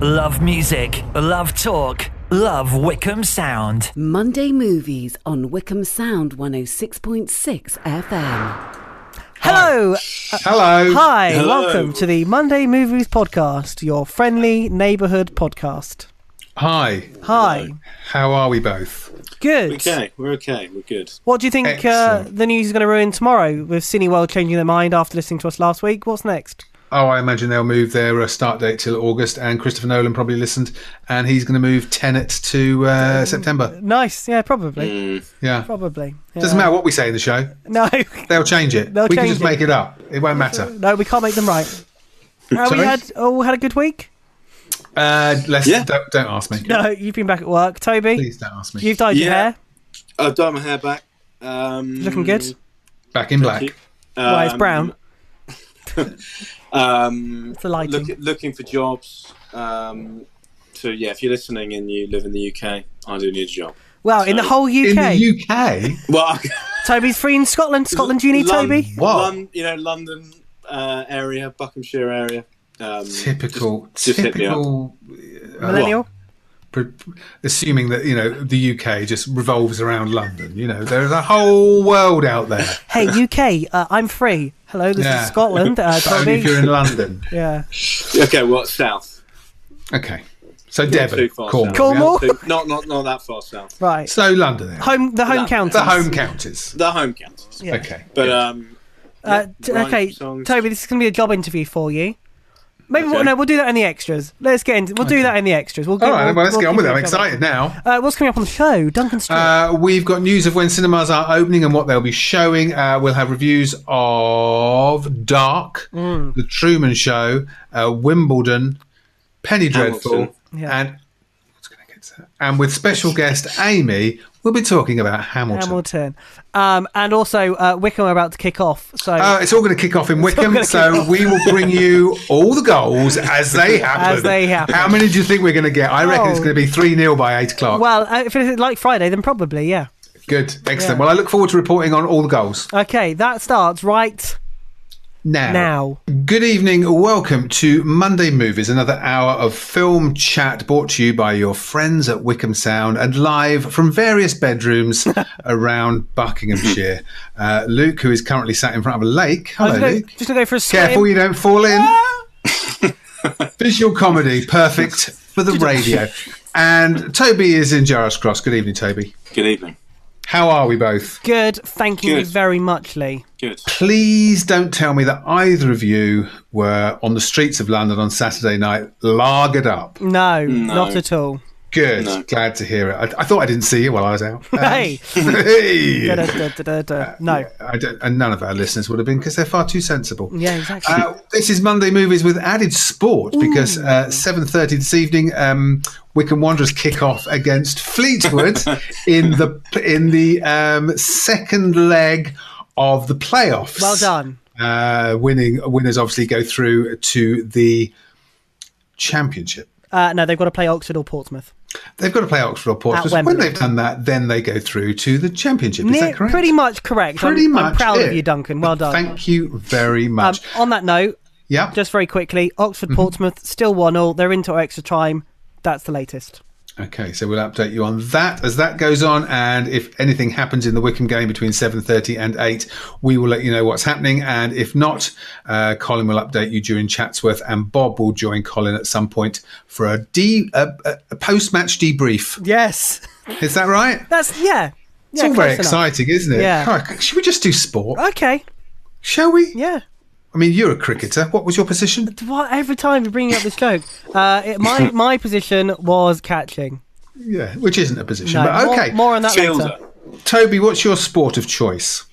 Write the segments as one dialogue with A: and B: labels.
A: Love music, love talk, love Wickham Sound.
B: Monday Movies on Wickham Sound 106.6 FM.
C: Hello. Uh,
D: Hello.
C: Hi.
E: Hello.
C: Welcome to the Monday Movies Podcast, your friendly neighbourhood podcast.
D: Hi.
C: Hi.
D: How are we both?
C: Good.
E: Okay, we're okay. We're good.
C: What do you think uh,
D: Excellent.
C: the news is going to ruin tomorrow with Cineworld changing their mind after listening to us last week? What's next?
D: Oh, I imagine they'll move their uh, start date till August, and Christopher Nolan probably listened, and he's going to move Tenet to uh, September.
C: Nice. Yeah, probably.
D: Yeah.
C: Probably. Yeah.
D: Doesn't matter what we say in the show,
C: No.
D: they'll change it.
C: They'll
D: we
C: change
D: can just
C: it.
D: make it up. It won't matter.
C: no, we can't make them right. Uh, we
D: Sorry?
C: had all had a good week.
D: Uh, let's,
E: Yeah.
D: don't, don't ask me.
C: No, you've been back at work, Toby.
D: Please don't ask me.
C: You've dyed your
E: Yeah.
C: hair.
E: I've dyed my hair back. Um,
C: Looking good.
D: Back in black.
E: you.
C: Why it's brown.
E: Um,
C: the lighting.
E: look- looking for jobs. Um, so yeah, if you're listening and you live in the UK, I do need a job.
C: Well, in the whole UK.
D: In the UK?
E: Well,
C: Toby's free in Scotland. Scotland, do you need
E: Lon-
C: Toby?
D: Wow.
E: Lon- you know, London uh, area, Buckinghamshire area. Um,
D: Typical.
E: just hit me up.
D: typical. uh,
C: Millennial.
D: pre- assuming that you know the UK just revolves around London. You know, there's a whole world out there.
C: Hey UK, uh, I'm free. Hello, this
D: Yeah.
C: is Scotland. Uh,
D: But only if
C: Toby.
D: you're in London.
C: Yeah.
E: Okay, well, south.
D: Okay, so
E: Not
D: Devon,
E: too far
D: Cornwall.
E: south.
C: Cornwall?
E: Too- Not, not, not that far south.
C: Right.
D: So London, area.
C: Home. The home
E: No,
C: counties.
D: the home counties.
E: The home counties.
C: Yeah.
D: Okay,
E: But um,
C: Uh, t-
E: Rhyme
C: okay,
E: songs.
C: Toby, this is going to be a job interview for you. Maybe we'll,
E: Okay.
C: no, we'll do that in the extras. Let's get into. We'll do that in the extras. We'll.
D: all right.
C: we'll-
D: Well, let's
C: we'll
D: get on
C: keep Oh.
D: with it.
C: you
D: I'm
C: covered.
D: excited now.
C: Uh, what's coming up on the show? Duncan Stewart.
D: Uh, we've got news of when cinemas are opening and what they'll be showing. Uh, we'll have reviews of Dark,
C: Mm.
D: The Truman Show, uh, Wimbledon, Penny
E: Hamilton.
D: Dreadful,
C: Yeah.
D: and what's gonna get to that? and with special guest Amy, we'll be talking about Hamilton.
C: Hamilton. Um, and also uh, Wickham are about to kick off. So
D: Uh, it's all going to kick off in Wickham,
C: gonna kick
D: so
C: off.
D: we will bring you all the goals as they happen.
C: As they happen.
D: How many do you think we're going to get? I reckon it's
C: Oh.
D: going to be 3 0 by 8 o'clock.
C: well, uh, if it's like Friday, then probably yeah.
D: Good. Excellent.
C: yeah.
D: Well, I look forward to reporting on all the goals.
C: Okay, that starts right
D: Now.
C: now.
D: Good evening. Welcome to Monday Movies, another hour of film chat brought to you by your friends at Wickham Sound and live from various bedrooms around Buckinghamshire. Uh, Luke, who is currently sat in front of a lake. Hello,
C: I'm just
D: Luke.
C: going to go for a swim.
D: Careful oh, you don't fall in. Visual comedy, perfect for the radio. And Toby is in Jarvis Cross. Good evening, Toby.
E: good evening.
D: How are we both?
C: Good. Thank you
E: Good.
C: very much, Lee.
E: Good.
D: Please don't tell me that either of you were on the streets of London on Saturday night, lagered up.
C: No, not at all.
D: Good. Glad to hear it. I, I thought I didn't see you while I was out. Um,
C: Hey.
D: hey.
C: Da, da, da, da, da. No.
D: I don't, and none of our listeners would have been because they're far too sensible.
C: Yeah, exactly.
D: Uh, this is Monday Movies with added sport because uh, 7.30 this evening, um, Wickham Wanderers kick off against Fleetwood in the in the um, second leg of the playoffs.
C: Well done.
D: Uh, winning winners obviously go through to the championship.
C: Uh, no, they've got to play Oxford or Portsmouth.
D: They've got to play Oxford or
C: At
D: Portsmouth.
C: Wembley.
D: When they've done that, then they go through to the championship. Is
C: Ne-
D: that correct?
C: Pretty much correct. I'm-
D: Pretty
C: I'm,
D: much
C: proud of
D: it.
C: you, Duncan. Well done.
D: Thank you very much.
C: Um, on that note,
D: yeah.
C: just very quickly, Oxford
D: Mm-hmm.
C: Portsmouth still one all. They're into extra time. That's the latest.
D: Okay, so we'll update you on that as that goes on, and if anything happens in the Wickham game between seven thirty and eight, we will let you know what's happening. And if not, uh, Colin will update you during Chatsworth, and Bob will join Colin at some point for a de- a, a, a post-match debrief.
C: Yes.
D: Is that right?
C: That's yeah. Yeah,
D: It's all
C: close
D: very
C: enough.
D: exciting, isn't it?
C: Yeah.
D: Crikey, Should we just do sport?
C: Okay.
D: Shall we?
C: Yeah.
D: I mean, you're a cricketer. What was your position?
C: Why every time you're bringing up this joke? Uh, it, my my position was catching.
D: Yeah, which isn't a position,
C: No,
D: but okay.
C: More, more on that later.
E: Fielder.
D: Toby, what's your sport of choice?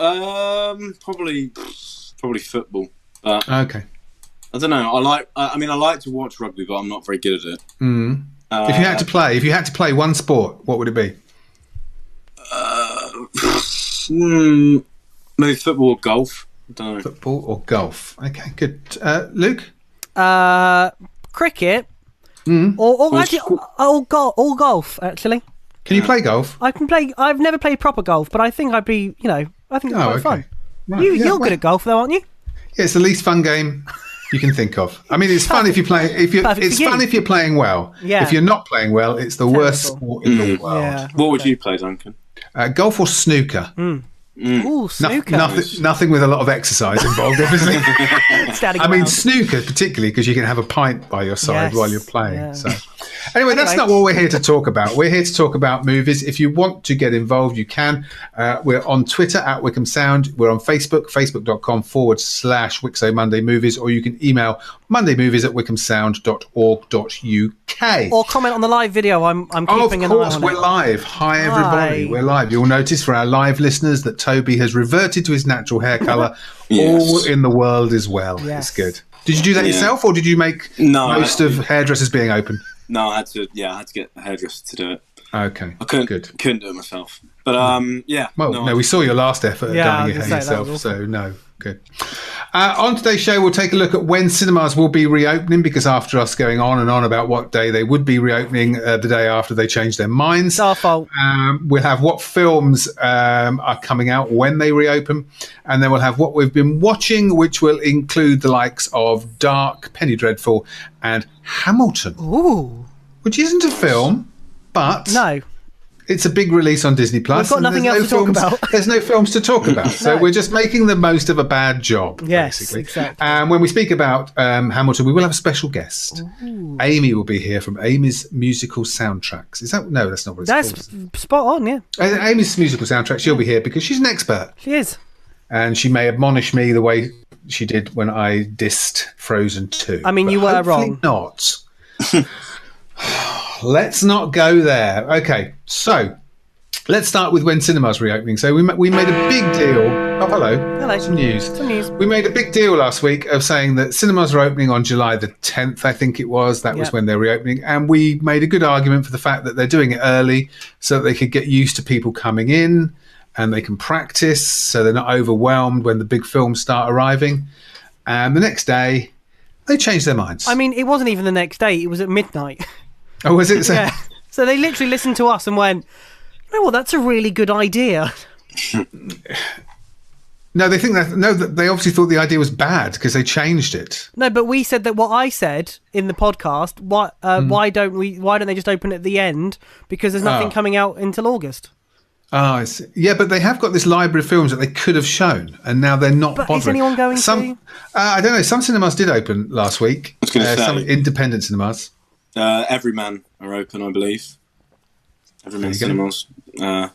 E: Um, probably, probably football. But
D: Okay.
E: I don't know. I like. I I mean, I like to watch rugby, but I'm not very good at
D: if
E: it.
D: you had to play, if you had to play one sport, what would it be?
E: Hmm, maybe football or golf. I don't know.
D: Football or golf? Okay, good. Uh, Luke,
C: Uh, cricket.
D: Hmm.
C: Or, or
E: Or
C: actually,
E: squ-
C: all, go- all golf. Actually,
D: can you play golf?
C: I can play. I've never played proper golf, but I think I'd be. You know, I think it's
D: Oh,
C: quite
D: okay.
C: fun.
D: Right,
C: You,
D: yeah,
C: you're
D: well,
C: good at golf, though, aren't you?
D: yeah, it's the least fun game you can think of. I mean, it's fun if you play. If you,
C: Perfect
D: it's
C: for you.
D: fun if you're playing well.
C: Yeah.
D: If you're not playing well, it's the worst
C: Terrible.
D: sport in the world.
C: Yeah.
E: What would you play, Duncan?
D: Uh, golf or snooker?
C: Ooh,
D: No-
C: snooker.
D: nothing, nothing with a lot of exercise involved, obviously.
C: Standing
D: I mean,
C: around.
D: snooker particularly because you can have a pint by your side
C: Yes,
D: while you're playing.
C: yeah.
D: So, anyway, that's
C: Anyway.
D: not what we're here to talk about. We're here to talk about movies. If you want to get involved, you can. Uh, we're on Twitter at Wickham Sound. We're on Facebook, facebook.com forward slash Wixo Monday Movies, or you can email Monday Movies at wickhamsound.org.uk.
C: or comment on the live video. I'm I'm
D: Oh, of
C: keeping an eye
D: course,
C: on
D: we're
C: it.
D: live. Hi, everybody.
C: Hi.
D: We're live. You'll notice for our live listeners that Toby has reverted to his natural hair colour.
E: Yes.
D: All in the world is well.
C: Yes.
D: It's good. Did you do that
E: Yeah.
D: yourself, or did you make
E: No,
D: most
E: I-
D: of hairdressers being open?
E: No, I had to. Yeah, I had to get a hairdresser to do it.
D: Okay,
E: I couldn't.
D: good. Hmm.
E: Couldn't do it myself. But um, yeah.
D: Well, no,
E: I-
D: we saw your last effort at
C: Yeah, I
D: dyeing
C: was
D: your hair
C: gonna say, that was
D: yourself, so no, good. Uh, on today's show, we'll take a look at when cinemas will be reopening because after us going on and on about what day they would be reopening, uh, the day after they changed their minds.
C: It's our fault.
D: Um, we'll have what films um, are coming out when they reopen, and then we'll have what we've been watching, which will include the likes of Dark, Penny Dreadful, and Hamilton,
C: Ooh,
D: which isn't a film, but
C: no.
D: it's a big release on Disney Plus.
C: We've got
D: and
C: nothing
D: there's
C: else to talk
D: films-
C: about.
D: There's no films to talk about, so we're just making the most of a bad job.
C: Yes,
D: basically.
C: exactly.
D: And when we speak about um, Hamilton, we will have a special guest. Amy will be here from Amy's musical soundtracks. Is that no? That's not what it's called.
C: That's spot on. Yeah,
D: And Amy's musical soundtrack, she'll be here because she's an expert
C: she is.
D: and she may admonish me the way she did when I dissed Frozen 2.
C: I mean,
D: But
C: you were
D: hopefully
C: wrong.
D: Not. Let's not go there. Okay, so let's start with when cinemas reopening. So we, ma- we made a big deal. Oh, hello.
C: Hello.
D: Some news.
C: Some news.
D: We made a big deal last week of saying that cinemas are opening on July the 10th, I think it was. That was
C: Yep.
D: when they're reopening. And we made a good argument for the fact that they're doing it early so that they could get used to people coming in and they can practice so they're not overwhelmed when the big films start arriving. And the next day, they changed their minds.
C: I mean, it wasn't even the next day. It was at midnight.
D: oh, was it? So,
C: Yeah. So they literally listened to us and went, you know what, that's a really good idea.
D: No, they think that. No, they obviously thought the idea was bad because they changed it.
C: No, but we said that what I said in the podcast, why,
E: Hmm.
C: uh, why don't we, why don't they just open at the end? Because there's
E: Ah.
C: nothing
D: Oh.
C: coming out until August.
D: Oh, I see. yeah, but they have got this library of films that they could have shown, and now they're not.
C: But is
D: bothering.
C: anyone going
D: Some,
C: to?
D: Uh, I don't know. Some cinemas did open last week. Uh,
E: was gonna say.
D: some independent cinemas.
E: Uh, Everyman are open, I believe. Everyman
D: There you go.
E: Cinemas uh,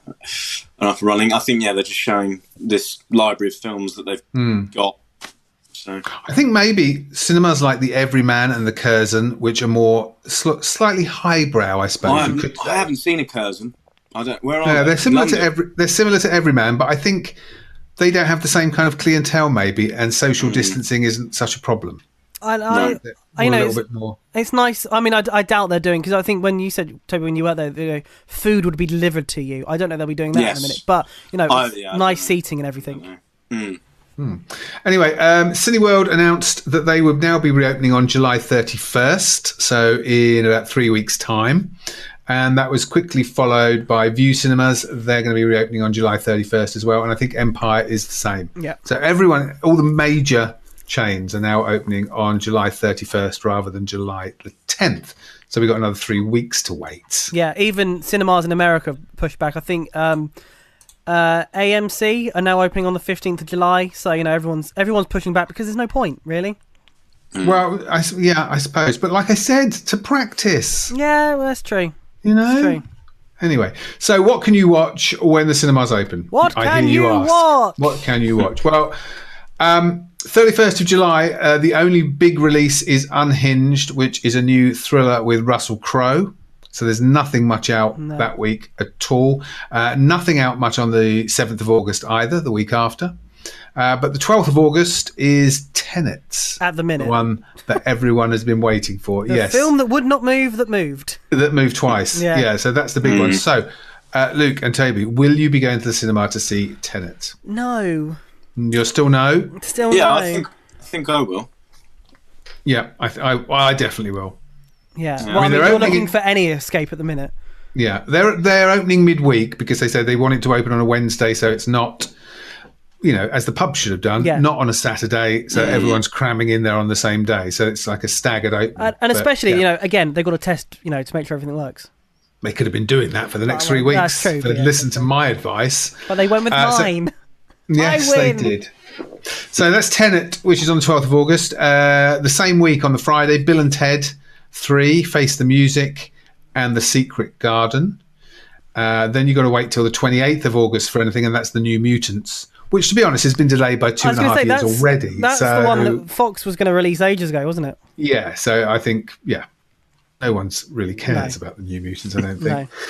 E: are up and running. I think, yeah, they're just showing this library of films that they've
D: Hmm.
E: got. So,
D: I think maybe cinemas like the Everyman and the Curzon, which are more sl- slightly highbrow, I suppose.
E: I,
D: you
E: haven't,
D: could
E: I
D: say.
E: haven't seen a Curzon. I don't. Where are
D: Yeah,
E: they?
D: they're similar to
E: London?
D: every. They're similar to Everyman, but I think they don't have the same kind of clientele, maybe, and social
E: Hmm.
D: distancing isn't such a problem.
C: And I,
E: No.
C: I
D: Or
C: you
D: a
C: know,
D: little
C: it's,
D: bit more.
C: it's nice. I mean, I, I doubt they're doing because I think when you said Toby, when you were there, you know, food would be delivered to you. I don't know they'll be doing that in
E: Yes.
C: a minute, but you know,
E: Oh,
C: it's
E: yeah, I
C: nice
E: don't know.
C: seating and everything.
D: Anyway, um, Cineworld announced that they would now be reopening on July 31st, so in about three weeks' time. And that was quickly followed by View Cinemas. They're going to be reopening on July 31st as well. And I think Empire is the same.
C: Yeah.
D: So everyone, all the major chains are now opening on July 31st rather than July the 10th. So we've got another three weeks to wait.
C: Yeah, even cinemas in America pushed back. I think um, uh, AMC are now opening on the fifteenth of July, so you know everyone's everyone's pushing back because there's no point really.
D: Well, I s yeah, I suppose. But like I said, to practice,
C: Yeah, well, that's true.
D: you know?
C: True.
D: Anyway, so what can you watch when the cinemas open?
C: What can you
D: asked.
C: watch?
D: What can you watch? Well, um, 31st of July, uh, the only big release is Unhinged, which is a new thriller with Russell Crowe. So there's nothing much out that week at all. Uh, nothing out much on the 7th of August either, the week after. Uh, but the 12th of August is Tenet.
C: At the minute.
D: The one that everyone has been waiting for.
C: The
D: yes
C: film that would not move that moved.
D: that move twice.
C: Yeah.
D: Yeah. so that's the big one. So, uh, Luke and Toby, will you be going to the cinema to see Tenet?
C: No,
D: You're still no.
C: still
E: Yeah,
C: no.
E: I think I think I will.
D: Yeah, I, th- I, I definitely will.
C: yeah, well, I mean,
D: mean, they're
C: you're
D: opening-
C: looking for any escape at the minute.
D: Yeah, they're they're opening midweek because they said they want it to open on a Wednesday, so it's not you know, as the pub should have done,
C: Yeah.
D: not on a Saturday, so everyone's cramming in there on the same day. So it's like a staggered opening.
C: And, and especially, you know, again, they've got to test, you know, to make sure everything works.
D: they could have been doing that for the next three
C: Oh, well,
D: weeks.
C: that's true,
D: if they'd
C: yeah.
D: listened to my advice.
C: But they went with
D: Uh, so-
C: mine.
D: Yes,
C: I
D: they
C: win.
D: did. So that's Tenet, which is on the 12th of August. Uh, the same week on the Friday, Bill and Ted 3, Face the Music, and The Secret Garden. Uh, then you've got to wait till the 28th of August for anything, and that's The New Mutants, which, to be honest, has been delayed by two
C: I was
D: and a
C: going
D: half
C: to say, that's,
D: years already.
C: that's
D: so,
C: the one that Fox was going to release ages ago, wasn't it?
D: yeah, so I think, yeah, no one's really cares about The New Mutants, I don't think.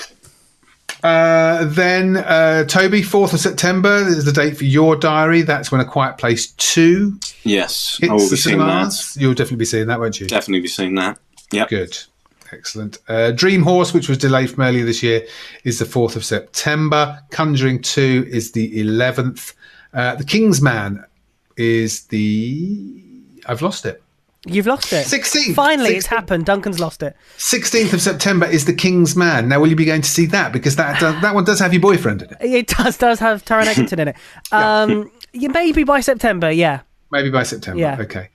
C: No.
D: Uh, then uh, Toby, fourth of September is the date for your diary. That's when A Quiet Place Two
E: Yes, I
D: hits
E: will
D: the
E: be seeing that.
D: cinemas. You'll definitely be seeing that, won't you?
E: Definitely be seeing that. Yep.
D: Good, excellent. Uh, Dream Horse, which was delayed from earlier this year, is the fourth of September. Conjuring Two is the eleventh. Uh, the Kingsman is the I've lost it.
C: You've lost it.
D: 16th.
C: Finally, it's
D: 16th.
C: happened. Duncan's lost it.
D: 16th of September is The King's Man. Now, will you be going to see that? Because that does, that one does have your boyfriend in it.
C: It does does have Taron Egerton in it. Um, yeah, maybe by September, yeah.
D: Maybe by September.
C: Yeah.
D: Okay.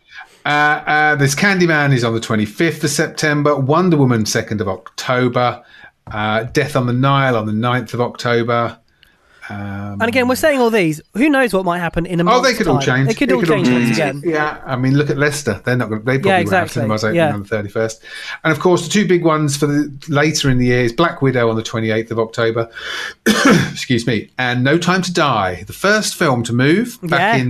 D: Uh, uh, this Candyman is on the 25th of September. Wonder Woman, 2nd of October. Uh, Death on the Nile on the 9th of October.
C: And again, we're saying all these. Who knows what might happen in a month?
D: Oh, they could all change.
C: They could
D: It
C: all change things again.
D: Yeah, I mean, look at Leicester. They're not. Gonna, they probably won't have
C: exactly.
D: cinemas opening
C: Yeah.
D: on the thirty-first. And of course, the two big ones for the later in the year is Black Widow on the twenty-eighth of October. excuse me, and No Time to Die, the first film to move back
C: Yeah.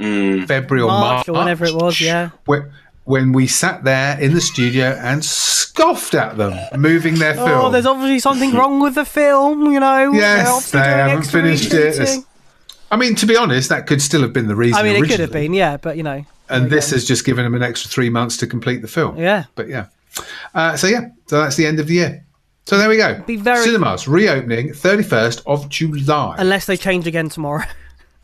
D: in February or March,
C: March or whenever it was, yeah.
D: When, when we sat there in the studio and scoffed at them moving their film.
C: Oh, there's obviously something wrong with the film, you know.
D: Yes,
C: They're obviously
D: they
C: doing
D: haven't
C: extra
D: finished it.
C: reshooting.
D: It's- I mean, to be honest, that could still have been the reason.
C: I mean, it could have
D: originally.
C: been, yeah, but you know.
D: and this has just given them an extra three months to complete the film.
C: Yeah.
D: but yeah. Uh, so yeah, so that's the end of the year. So there we go.
C: Be very-
D: Cinemas reopening thirty first of July,
C: Unless they change again tomorrow.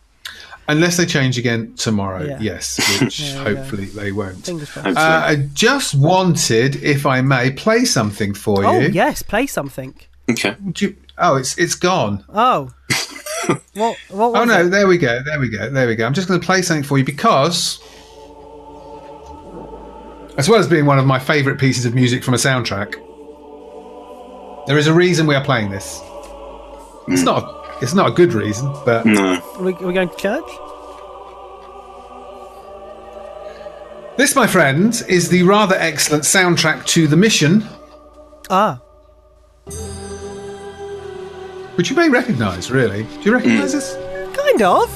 D: unless they change again tomorrow.
C: Yeah.
D: Yes, which hopefully they won't.
C: Fingers crossed.
E: Hopefully.
D: Uh, I just wanted, if I may, play something for
C: Oh
D: you.
C: yes, play something.
E: okay.
D: Do you- Oh, it's it's gone.
C: Oh, what? What was
D: Oh no,
C: it?
D: there we go, there we go, there we go. I'm just going to play something for you because, as well as being one of my favourite pieces of music from a soundtrack, there is a reason we are playing this. It's
C: Hmm.
D: not, a, it's not a good reason, but
E: No.
C: Are we, are we going to church?
D: this, my friend, is the rather excellent soundtrack to The Mission,
C: Ah,
D: which you may recognise. Really, do you recognise
C: Hmm.
D: this?
C: kind of.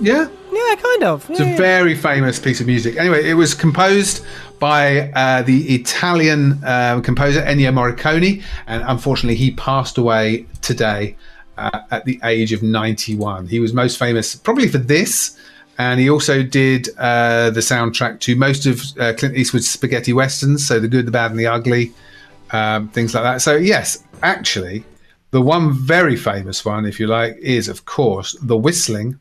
D: Yeah.
C: Yeah, kind of.
D: It's a
C: Yeah.
D: very famous piece of music. Anyway, it was composed by uh, the Italian um, composer Ennio Morricone, and unfortunately, he passed away today uh, at the age of 91. He was most famous probably for this, and he also did uh, the soundtrack to most of uh, Clint Eastwood's spaghetti westerns, so The Good, the Bad, and the Ugly, um, things like that. So, yes, actually, the one very famous one, if you like, is of course The Whistling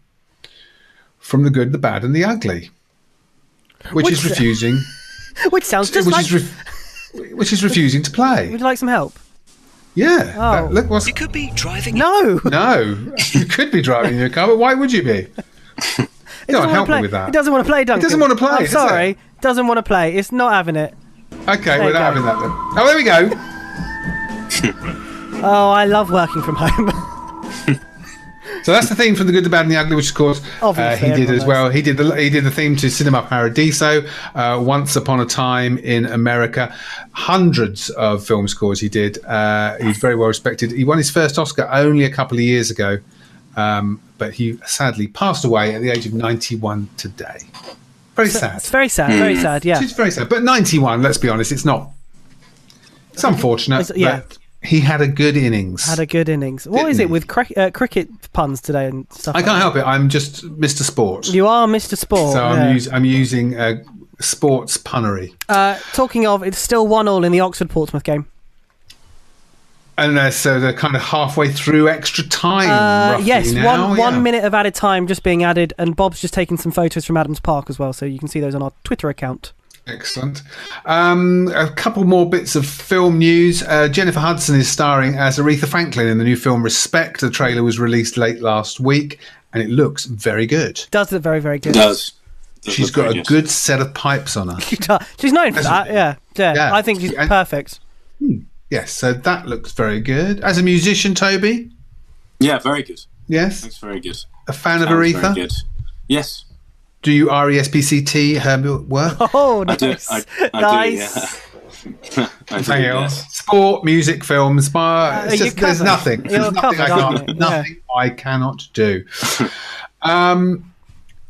D: from the good, the bad, and the ugly, which, is
C: Which-
D: refusing,
C: Which sounds just
D: which
C: like.
D: is ref which is refusing to play.
C: Would you like some help?
D: Yeah, that-
C: Oh.
D: look, what's
A: You could be driving.
C: No.
D: no? You could be driving your car, but why would you be? Go on,
C: doesn't wanna
D: help
C: play.
D: me with that.
C: It doesn't want to play, Duncan.
D: doesn't wanna play,
C: I'm
D: does
C: sorry.
D: it?
C: Doesn't want to play. It's not having it.
D: Okay,
C: you
D: we're not
C: go.
D: having that then. Oh, there we go.
C: Oh, I love working from home.
D: So that's the theme from the Good, the Bad, and the Ugly, which of course uh,
C: Obviously,
D: he did
C: everyone
D: as well. He did the he did the theme to Cinema Paradiso, uh, Once Upon a Time in America. Hundreds of film scores he did. Uh, he's very well respected. He won his first Oscar only a couple of years ago, um, but he sadly passed away at the age of ninety one today. Very sad.
C: it's very sad. Very sad. Yeah.
D: It's very sad, but ninety one. Let's be honest, it's not. It's unfortunate.
C: It's- yeah.
D: but he had a good innings.
C: Had a good innings. What is it
D: Didn't
C: with cri- uh, cricket puns today and stuff?
D: I
C: like
D: can't
C: that?
D: help it. I'm just Mr. Sport.
C: You are Mr. Sport.
D: So
C: yeah.
D: I'm, us- I'm using uh, sports punnery.
C: uh, talking of, it's still one all in the Oxford Portsmouth game.
D: And uh, so they're kind of halfway through extra time.
C: Uh,
D: roughly
C: yes,
D: now,
C: one
D: yeah.
C: one minute of added time just being added, and Bob's just taken some photos from Adams Park as well, so you can see those on our Twitter account.
D: Excellent. Um, a couple more bits of film news. Uh, Jennifer Hudson is starring as Aretha Franklin in the new film Respect. The trailer was released late last week. and it looks very good.
C: Does look very, very good.
E: does. Does
D: She's
E: look
D: got
E: very
D: a good set of pipes on her.
C: She does. She's known for that. Yeah. yeah.
D: Yeah.
C: I think she's
D: And-
C: perfect.
D: Yes, so that looks very good. As a musician, Toby,
E: Yeah, very good.
D: yes,
E: That's very good.
D: a fan of
E: That was very
D: Aretha.
E: good. Yes,
D: Do you R E S P C T her mu- work?
C: Oh,
E: I do.
C: nice.
E: I, I
C: nice.
E: do. Yeah. I do.
D: Hang on.
E: Yes.
D: Sport, music, film, spa.
C: you're
D: It's just, there's
C: Uh, covered.
D: nothing.
C: You're
D: There's nothing I
C: covered, aren't
D: can't.
C: you? Yeah.
D: Nothing I cannot do. um,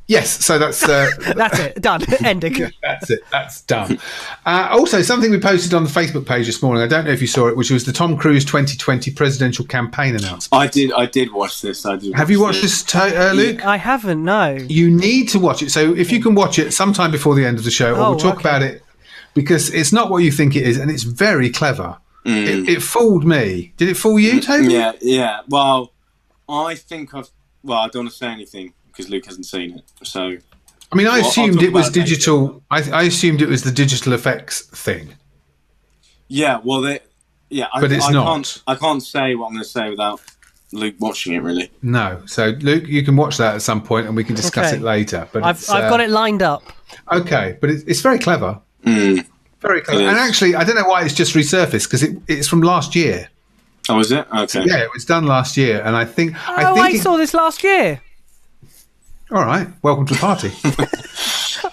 D: yes. So that's uh,
C: That's it. Done. Ending.
D: that's it. That's done. Uh, also, something we posted on the Facebook page this morning. I don't know if you saw it, which was the Tom Cruise 2020 presidential campaign announcement.
E: I did. I did watch this. I did.
D: Have you watched this, to- uh, Luke?
C: I haven't. No.
D: You need to watch it. So if you can watch it sometime before the end of the show, or
C: Hmm. Oh,
D: we'll talk
C: okay.
D: about it because it's not what you think it is, and it's very clever. It, it fooled me. Did it fool you, Toby?
E: Hmm. Yeah, yeah. Well, I think I've. Well, I don't want to say anything because Luke hasn't seen it. So
D: I mean, I
E: I'll
D: assumed
E: talk
D: it was
E: about it later.
D: digital. I, I assumed it was the digital effects thing.
E: yeah. Well, they. Yeah, I,
D: But it's
E: I
D: not.
E: Can't, I can't say what I'm going to say without Luke watching it. Really.
D: No, so Luke, you can watch that at some point, and we can discuss
C: Okay.
D: it later. But
C: I've,
D: it's,
C: I've
D: uh,
C: got it lined up.
D: Okay, but it's, it's very clever. Very clever.
E: Hmm. It is.
D: And actually, I don't know why it's just resurfaced because it, it's from last year.
E: Oh, is it? Okay.
D: Yeah, it was done last year, and I think. I
C: oh,
D: think
C: I
D: it-
C: saw this last year.
D: All right, welcome to the party.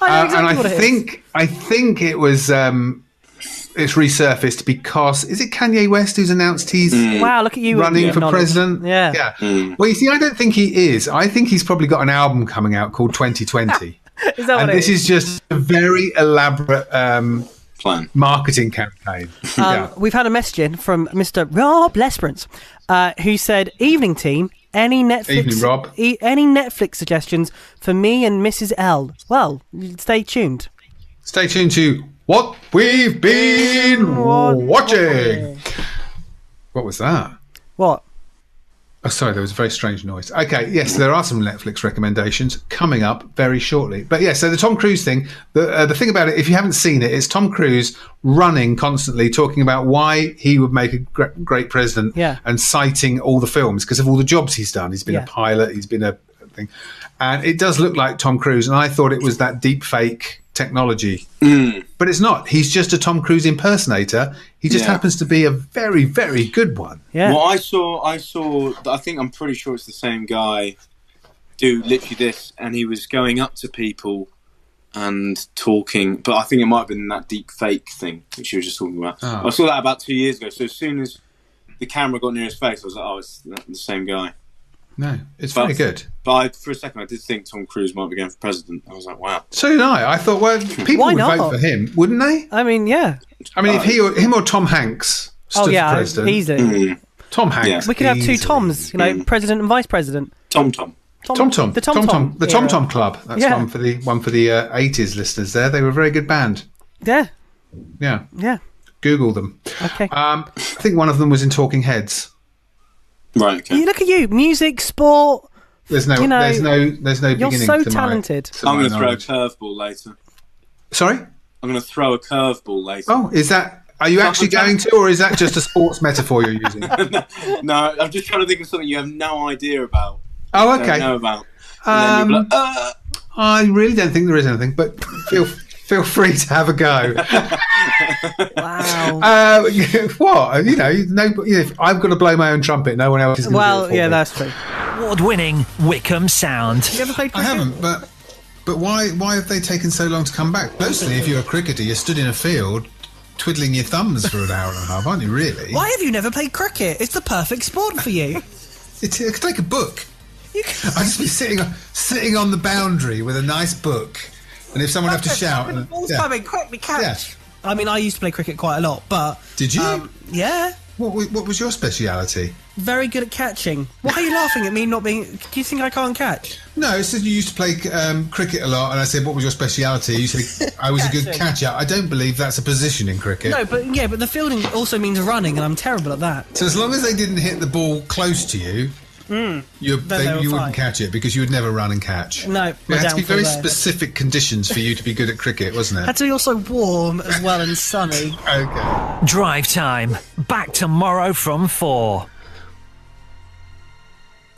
C: I know
D: Uh,
C: exactly
D: and
C: what
D: I
C: it is.
D: think I think it was um, it's resurfaced because is it Kanye West who's announced he's
C: Wow, look at you with
D: running
C: your
D: for
C: knowledge.
D: president?
C: Yeah.
D: yeah. Well, you see, I don't think he is. I think he's probably got an album coming out called 2020,
C: Is that
D: and
C: what it
D: this is just a very elaborate um,
E: Plan.
D: marketing campaign. yeah.
C: We've had a message in from Mr. Rob Lesperance, uh, who said, "Evening team, any Netflix,
D: Evening, Rob.
C: e- any Netflix suggestions for me and Mrs. L? Well, stay tuned.
D: Stay tuned to what we've been watching. What was that?
C: What?
D: Oh, sorry, there was a very strange noise. Okay, yes, there are some Netflix recommendations coming up very shortly. But yeah, so the Tom Cruise thing, the, uh, the thing about it, if you haven't seen it, it's Tom Cruise running constantly, talking about why he would make a gre- great president
C: Yeah.
D: and citing all the films because of all the jobs he's done. He's been
C: Yeah.
D: a pilot, he's been a thing. And it does look like Tom Cruise, and I thought it was that deep fake technology.
E: Mm.
D: But it's not. He's just a Tom Cruise impersonator. He just
E: Yeah.
D: happens to be a very, very good one.
C: Yeah.
E: Well, I saw, I saw. I think I'm pretty sure it's the same guy do literally this, and he was going up to people and talking. But I think it might have been that deep fake thing which you were just talking about.
C: Oh.
E: I saw that about two years ago. So as soon as the camera got near his face, I was like, "Oh, it's the the same guy."
D: No, it's
E: But-
D: very good.
E: But I, for a second, I did think Tom Cruise might be going for president. I was like, "Wow."
D: So did I. I thought, well, people
C: Why
D: would
C: not?
D: vote for him, wouldn't they?
C: I mean, yeah.
D: I mean, if he or, him or Tom Hanks stood
C: Oh,
D: for
C: yeah.
D: president,
C: Easily.
D: Tom Hanks.
E: Yeah.
C: We could have two
D: easily.
C: Toms, you know, president and vice president.
E: Tom Tom.
D: Tom Tom,
C: The Tom Tom.
D: the Tom Tom Club. That's
C: Yeah.
D: one for the one for the uh, '80s listeners. There, they were a very good band.
C: Yeah.
D: Yeah,
C: Yeah.
D: Google them.
C: Okay.
D: Um, I think one of them was in Talking Heads.
E: Right. Okay.
C: you look at you. Music, sport.
D: There's no,
C: You know,
D: there's no, there's no
C: You're
D: beginning.
C: so
D: to my-
C: talented.
D: to
E: I'm
D: my
E: going to throw a
D: knowledge.
E: curveball later.
D: Sorry.
E: I'm going to throw a curveball later.
D: Oh, is that? Are you actually going to, or is that just a sports metaphor you're using?
E: No, I'm just trying to think of something you have no idea about.
D: Oh,
E: Don't
D: okay. Um,
E: know about. And then you'll be like, "Uh,
D: I really don't think there is anything, but feel feel free to have a go.
C: Wow.
D: Uh, what you know? you- No, you know, if I've got to blow my own trumpet. No one else is. gonna do it
C: well,
D: for
C: yeah,
D: me.
C: that's true.
A: Award winning Wickham Sound.
C: You ever played
D: I haven't, but but why why have they taken so long to come back? Mostly, if you're a cricketer, you're stood in a field twiddling your thumbs for an hour and a half, aren't you? Really?
F: Why have you never played cricket? It's the perfect sport for you.
D: It, it could take a book. I'd just be sitting on- sitting on the boundary with a nice book, and if someone had to shout, and,
F: Balls
D: yeah.
F: coming, quickly catch.
D: Yeah.
F: I mean, I used to play cricket quite a lot, but um,
D: Did you?
F: yeah,
D: what, wa- what was your speciality?
F: very good at catching. Why are you laughing at me not being? Do you think I can't catch?
D: No, it says you used to play um, cricket a lot, and I said, "What was your speciality?" You said, "I was a good catcher." I don't believe that's a position in cricket.
F: No, but yeah, but the fielding also means running, and I'm terrible at that.
D: So as long as they didn't hit the ball close to you, you, they,
F: Hmm. they were
D: you
F: fine.
D: wouldn't catch it because you would never run and catch.
F: No,
D: there
F: we're
D: had to
F: down
D: be
F: for
D: very
F: there.
D: specific conditions for you to be good at cricket, wasn't
F: Had
D: it?
F: to be also warm as well and sunny.
D: Okay.
A: Drive time. Back tomorrow from 4.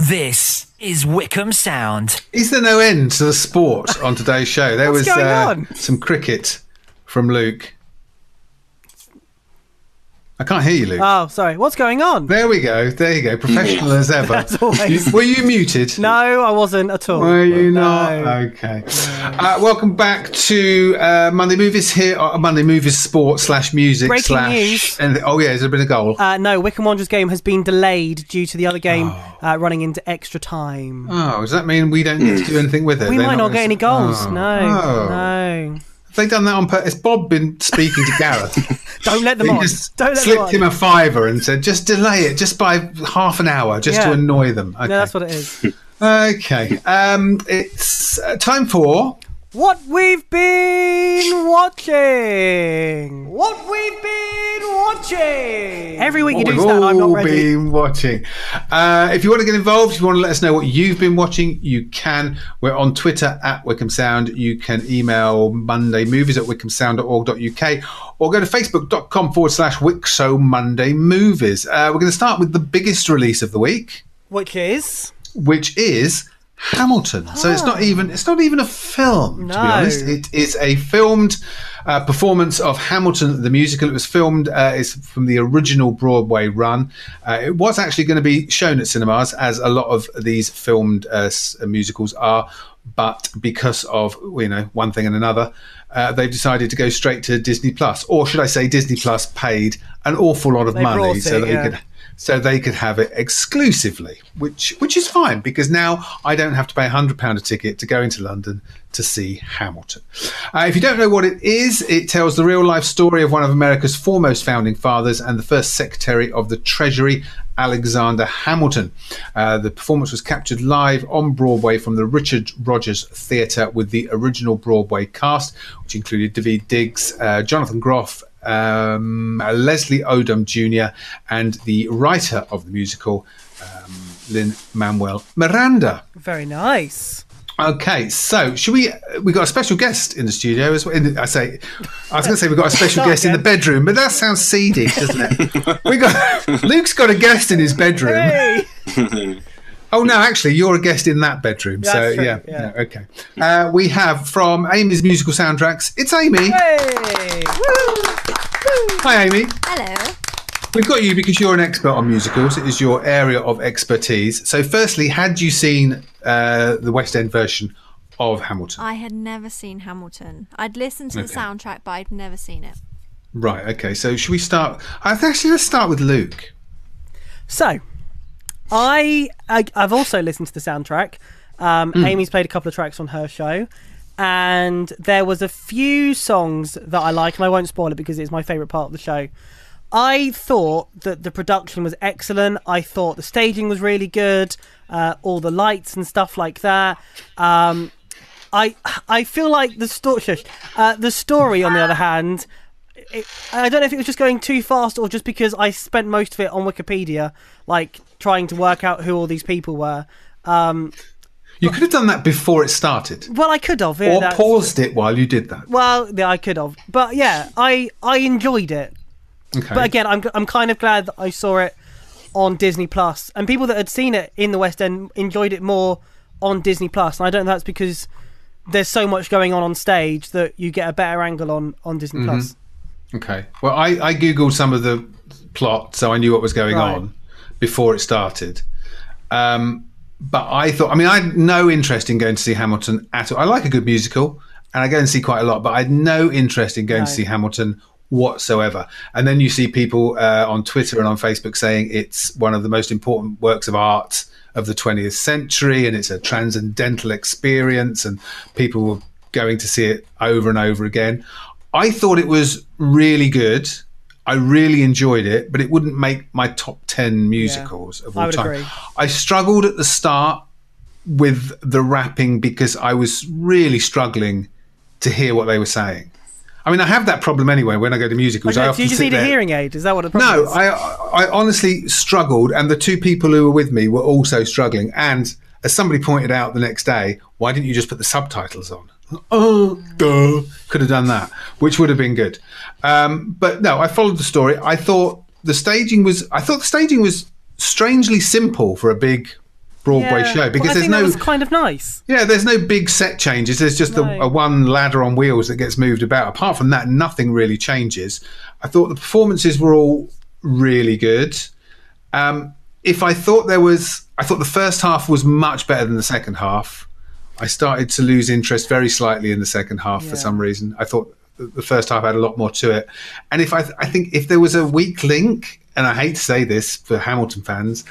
A: This is Wickham Sound.
D: Is there no end to the sport on today's show? There
C: What's
D: was
C: going
D: uh,
C: on?
D: some cricket from Luke. I can't hear you, Luke.
C: Oh, sorry. What's going on?
D: there we go. There you go. Professional as ever.
C: always.
D: You- Were you muted?
C: No, I wasn't at all.
D: Were you
C: No.
D: not? Okay. Uh, welcome back to uh, Monday Movies here. Uh, Monday Movies Sport slash Music
C: Breaking
D: slash.
C: news.
D: And, oh yeah, there's a bit of goal.
C: Uh, no, Wickham Wanderers game has been delayed due to the other game uh, running into extra time.
D: oh, does that mean we don't need to do anything with it?
C: we
D: Oh, They're
C: might not get
D: gonna-
C: any goals.
D: Oh.
C: No,
D: Oh.
C: no.
D: Have they done that on purpose? Has Bob been speaking to Gareth?
C: Don't let them
D: He
C: on.
D: just
C: Don't let them
D: slipped
C: on.
D: him a fiver and said, "Just delay it, just by half an hour, just to
C: Yeah.
D: annoy them." Okay.
C: No, that's what it is.
D: okay. Um, it's uh, time for
C: What we've been watching. What we've been watching. Every week you do
D: we've
C: that, and I'm not
D: all
C: ready.
D: been watching. Uh, if you want to get involved, if you want to let us know what you've been watching, you can. We're on Twitter at Wickham Sound. You can email Monday Movies at wickhamsound.org.uk or go to facebook.com forward slash Wixo Monday Movies. Uh, we're going to start with the biggest release of the week,
C: Which is
D: which is Hamilton. So it's not even it's not even a film. To be
C: No.
D: honest, it is a filmed uh, performance of Hamilton the musical. It was filmed. Uh, it's from the original Broadway run. Uh, it was actually going to be shown at cinemas, as a lot of these filmed uh, s- musicals are. But because of you know one thing and another, uh, they've decided to go straight to Disney Plus, or should I say, Disney Plus paid an awful lot of money
C: brought
D: so
C: it,
D: they
C: yeah.
D: could so they could have it exclusively, which which is fine because now I don't have to pay a hundred pound a ticket to go into London to see Hamilton. Uh, if you don't know what it is, it tells the real life story of one of America's foremost founding fathers and the first Secretary of the Treasury. Alexander Hamilton. Uh, the performance was captured live on Broadway from the Richard Rogers Theatre with the original Broadway cast, which included David Diggs, uh, Jonathan Groff, um, Leslie Odom Jr., and the writer of the musical, um, Lynn Manuel Miranda.
C: very nice.
D: Okay, so should we? We got a special guest in the studio as well. In the, I say, I was going to say we got a special guest in the bedroom, but that sounds seedy, doesn't it? we got Luke's got a guest in his bedroom.
C: Hey,
D: Oh no, actually, you're a guest in that bedroom. so
C: That's true,
D: yeah,
C: yeah.
D: yeah, okay. Uh, we have from Amy's musical soundtracks. It's Amy.
C: hey.
D: Hi, Amy.
G: Hello.
D: We've got you because you're an expert on musicals. It is your area of expertise. So, firstly, had you seen uh, the West End version of Hamilton?
G: I had never seen Hamilton. I'd listened to the
D: Okay.
G: soundtrack, but I'd never seen it.
D: right. Okay. So, should we start? I think actually let's start with Luke.
C: So, I, I I've also listened to the soundtrack. Um, Amy's played a couple of tracks on her show, and there was a few songs that I like, and I won't spoil it because it's my favourite part of the show. I thought that the production was excellent. I thought the staging was really good, uh, all the lights and stuff like that. Um, I I feel like the story. Uh, the story, on the other hand, it, I don't know if it was just going too fast or just because I spent most of it on Wikipedia, like trying to work out who all these people were. Um,
D: You could have done that before it started,
C: well, I could have. Yeah,
D: or
C: that's-
D: paused it while you did that.
C: Well, yeah, I could have. But yeah, I I enjoyed it.
D: Okay.
C: But again, I'm I'm kind of glad that I saw it on Disney Plus, and people that had seen it in the West End enjoyed it more on Disney Plus. And I don't know if that's because there's so much going on on stage that you get a better angle on on Disney
D: Mm-hmm.
C: Plus.
D: Okay. Well, I, I googled some of the plot, so I knew what was going
C: Right.
D: on before it started. Um, but I thought, I mean, I had no interest in going to see Hamilton at all. I like a good musical, and I go and see quite a lot, but I had no interest in going to
C: No.
D: see Hamilton whatsoever. And then you see people uh, on Twitter and on Facebook saying it's one of the most important works of art of the 20th century, and it's a transcendental experience, and people were going to see it over and over again. I thought it was really good. I really enjoyed it, but it wouldn't make my top 10 musicals of all
C: I would
D: time.
C: agree.
D: I struggled at the start with the rapping because I was really struggling to hear what they were saying. I mean, I have that problem anyway when I go to musicals. I
C: Okay, do
D: often
C: you just
D: sit
C: need
D: there-
C: a hearing aid? Is that what the problem
D: No,
C: is?
D: I, I honestly struggled, and the two people who were with me were also struggling. And as somebody pointed out the next day, why didn't you just put the subtitles on? Oh, duh. Could have done that, which would have been good. Um, but no, I followed the story. I thought the staging was. I thought the staging was strangely simple for a big Broadway
C: Yeah.
D: show because
C: Well, I
D: there's
C: think that
D: no
C: was kind of nice.
D: yeah, there's no big set changes. There's just
C: No.
D: a, a one ladder on wheels that gets moved about. Apart from that, nothing really changes. I thought the performances were all really good. Um, if I thought there was, I thought the first half was much better than the second half. I started to lose interest very slightly in the second half for some reason. I thought the the first half had a lot more to it. And if I, I think if there was a weak link, and I hate to say this for Hamilton fans,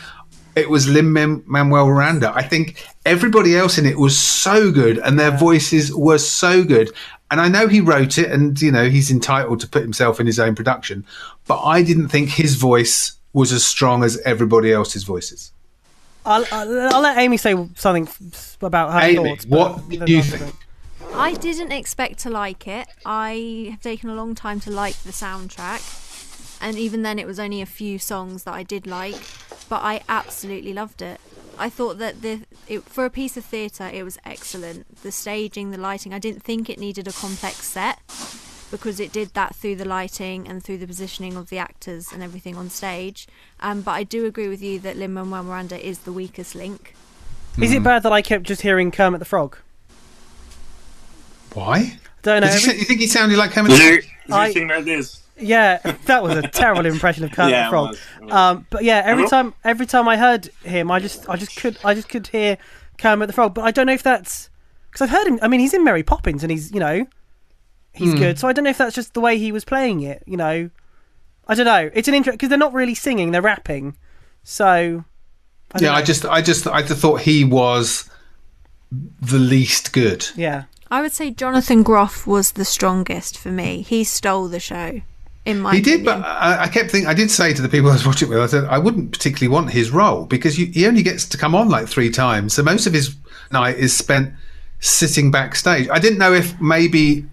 D: it was Lin Manuel Miranda. I think everybody else in it was so good, and their voices were so good. And I know he wrote it, and you know he's entitled to put himself in his own production. But I didn't think his voice was as strong as everybody else's voices.
C: I'll, I'll, I'll let Amy say something f- about her
D: Amy,
C: thoughts. but
D: what
C: then
D: did you
C: I'll-
D: think?
G: I didn't expect to like it. I have taken a long time to like the soundtrack, and even then, it was only a few songs that I did like, but I absolutely loved it. I thought that the it, for a piece of theatre, it was excellent. The staging, the lighting. I didn't think it needed a complex set because it did that through the lighting and through the positioning of the actors and everything on stage. Um, but I do agree with you that Lin Manuel Miranda is the weakest link.
C: Is
E: Mm.
C: it bad that I kept just hearing Kermit the Frog?
D: Why?
C: Don't know.
D: Did you,
C: every-
D: you think he sounded like Kermit?
E: Is it, is
C: I-
E: it thing like this?
C: Yeah, that was a terrible impression of Kermit
E: Yeah,
C: the
E: it
C: Frog.
E: was, it was.
C: Um, but yeah, every
E: Hello?
C: time every time I heard him, I just I just could I just could hear Kermit the Frog. But I don't know if that's because I've heard him. I mean, he's in Mary Poppins, and he's you know
D: Hmm.
C: he's good. So I don't know if that's just the way he was playing it. You know, I don't know. It's an interesting because they're not really singing; they're rapping. So I don't
D: yeah, I
C: know.
D: just, I just, I just thought he was the least good.
C: yeah.
G: I would say Jonathan Groff was the strongest for me. He stole the show, in my
D: He did, but
G: opinion.
D: I, I kept thinking. I did say to the people I was watching it with, I said I wouldn't particularly want his role because you, he only gets to come on like three times, so most of his night is spent sitting backstage. I didn't know if maybe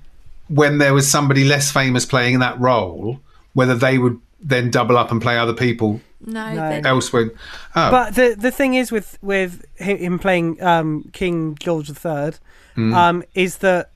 D: when there was somebody less famous playing that role, whether they would then double up and play other people
G: no,
C: No.
G: the-
D: elsewhere. Oh,
C: But the the thing is with with hi- him playing um, King George III um, is that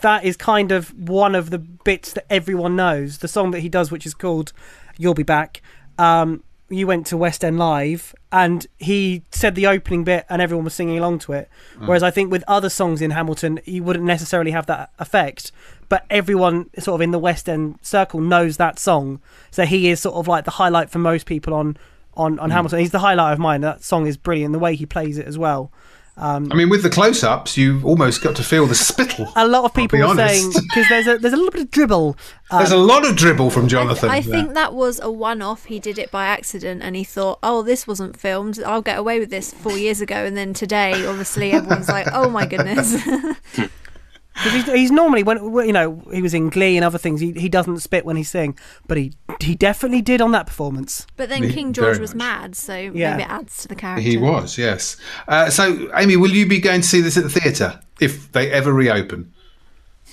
C: that is kind of one of the bits that everyone knows. The song that he does, which is called "You'll Be Back," um, you went to West End Live and he said the opening bit, and everyone was singing along to it.
D: Mm.
C: Whereas I think with other songs in Hamilton, you wouldn't necessarily have that effect. But everyone sort of in the West End circle knows that song, so he is sort of like the highlight for most people on on
D: Mm.
C: on Hamilton. He's the highlight of mine. That song is brilliant. The way he plays it as well.
D: I mean, with the close-ups, you've almost got to feel the spittle.
C: A lot of people
D: be
C: were saying
D: honest.
C: because there's a there's a little bit of dribble.
D: There's a lot of dribble from Jonathan.
G: I
D: there.
G: think that was a one-off. He did it by accident, and he thought, "Oh, this wasn't filmed. I'll get away with this four years ago." And then today, obviously, everyone's like, "Oh my goodness."
C: Because he's, he's normally when when, you know he was in Glee and other things. He, he doesn't spit when he's sing, but he he definitely did on that performance.
G: but then
D: Me-
G: King
D: very
G: George was
D: much.
G: mad, so
C: Yeah.
G: maybe it adds to the character.
D: He was, yes. Uh, so, Amy, will you be going to see this at the theatre if they ever reopen?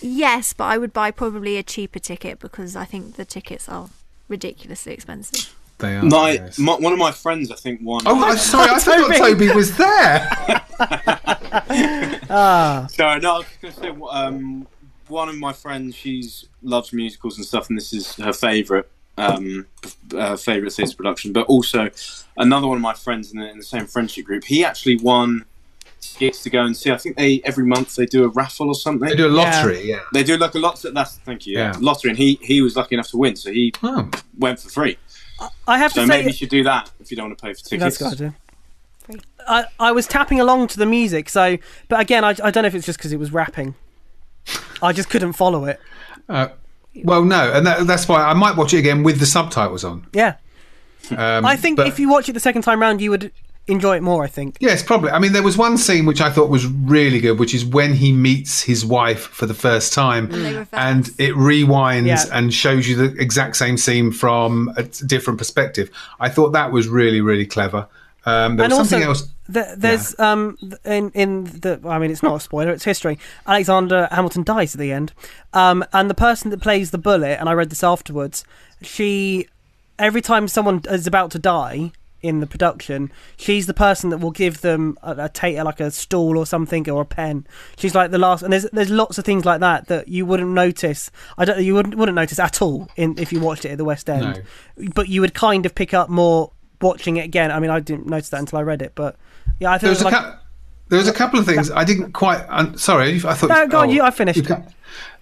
G: Yes, but I would buy probably a cheaper ticket because I think the tickets are ridiculously expensive.
D: They are.
E: My,
D: yes.
E: my one of my friends, I think, won.
D: Oh, I'm sorry, I forgot Toby was there.
E: Sorry, no, I was going to say um, one of my friends. She's loves musicals and stuff, and this is her favorite um, uh, favorite theatre production. But also another one of my friends in the, in the same friendship group. He actually won tickets to go and see. I think they every month they do a raffle or something.
D: They do a lottery, yeah.
E: They do like a lot. That's thank you.
D: Yeah.
E: Lottery, and he he was lucky enough to win, so he
D: Oh,
E: went for free.
C: I have
E: So
C: to say
E: maybe you should do that if you don't want to pay for tickets.
C: that's a good idea. I, I was tapping along to the music, so but again, I, I don't know if it's just because it was rapping. I just couldn't follow it.
D: well, no, and that, that's why I might watch it again with the subtitles on.
C: Yeah,
D: Um,
C: I think
D: but-
C: if you watch it the second time round, you would enjoy it more. I think.
D: Yes, probably. I mean, there was one scene which I thought was really good, which is when he meets his wife for the first time,
C: Mm.
G: they reverse.
D: and it rewinds
C: Yeah.
D: and shows you the exact same scene from a t- different perspective. I thought that was really, really clever. Um, there
C: and
D: was
C: also,
D: something else.
C: th- there's um th- in in the I mean it's not a spoiler, it's history. Alexander Hamilton dies at the end, um, and the person that plays the bullet, and I read this afterwards. She, every time someone is about to die in the production, she's the person that will give them a, a tater like a stool or something or a pen. She's like the last, and there's there's lots of things like that that you wouldn't notice. I don't you wouldn't wouldn't notice at all in if you watched it at the West End, but you would kind of pick up more watching it again, I mean, I didn't notice that until I read it, but yeah, I think
D: There
C: it
D: was
C: was
D: a
C: like
D: cou- there was a couple of things I didn't quite. Un- sorry, I thought.
C: No, go on,
D: oh,
C: you- I finished.
D: ca-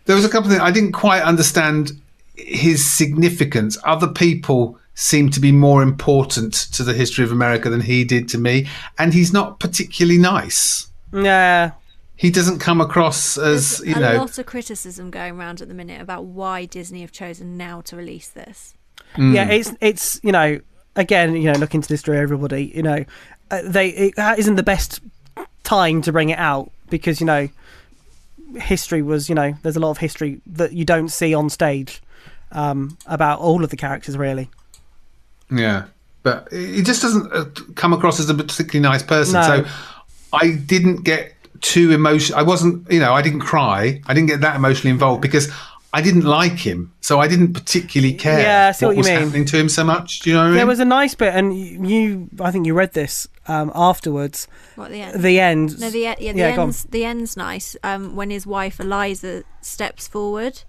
D: there was a couple of things I didn't quite understand his significance. Other people seemed to be more important to the history of America than he did to me, and he's not particularly nice.
C: yeah,
D: He doesn't come across as you
G: a
D: know.
G: lot of criticism going around at the minute about why Disney have chosen now to release this.
C: yeah. It's it's you know again you know look into this story, everybody. You know, uh, they it that isn't the best time to bring it out because you know history was you know there's a lot of history that you don't see on stage um, about all of the characters really.
D: Yeah, but he just doesn't uh, come across as a particularly nice person.
C: No.
D: So I didn't get too emotional. I wasn't, you know, I didn't cry. I didn't get that emotionally involved because I didn't like him, so I didn't particularly care.
C: Yeah, I see what you
D: was
C: mean.
D: happening to him so much. Do you know what I mean?
C: There was a nice bit, and y- you I think you read this um, afterwards.
G: What the end?
C: The end.
G: no, the e-, yeah, the
C: go on.
G: end's the end's nice. Um, when his wife Eliza steps forward,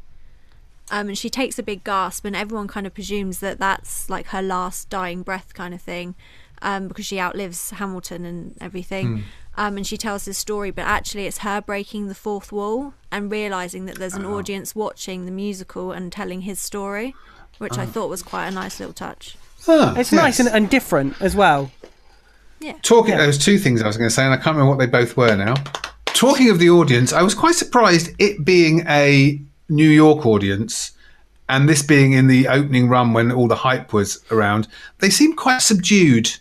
G: um, and she takes a big gasp, and everyone kind of presumes that that's like her last dying breath kind of thing, um, because she outlives Hamilton and everything.
C: Hmm.
G: Um, and she tells this story, but actually, it's her breaking the fourth wall and realizing that there's an
C: Uh-huh.
G: audience watching the musical and telling his story, which
C: Uh-huh.
G: I thought was quite a nice little touch.
D: Ah,
C: It's
D: yes.
C: nice and, and different as well.
D: Talking, there was two things I was going to say, and I can't remember what they both were now. Talking of the audience, I was quite surprised it being a New York audience and this being in the opening run when all the hype was around. They seemed quite subdued.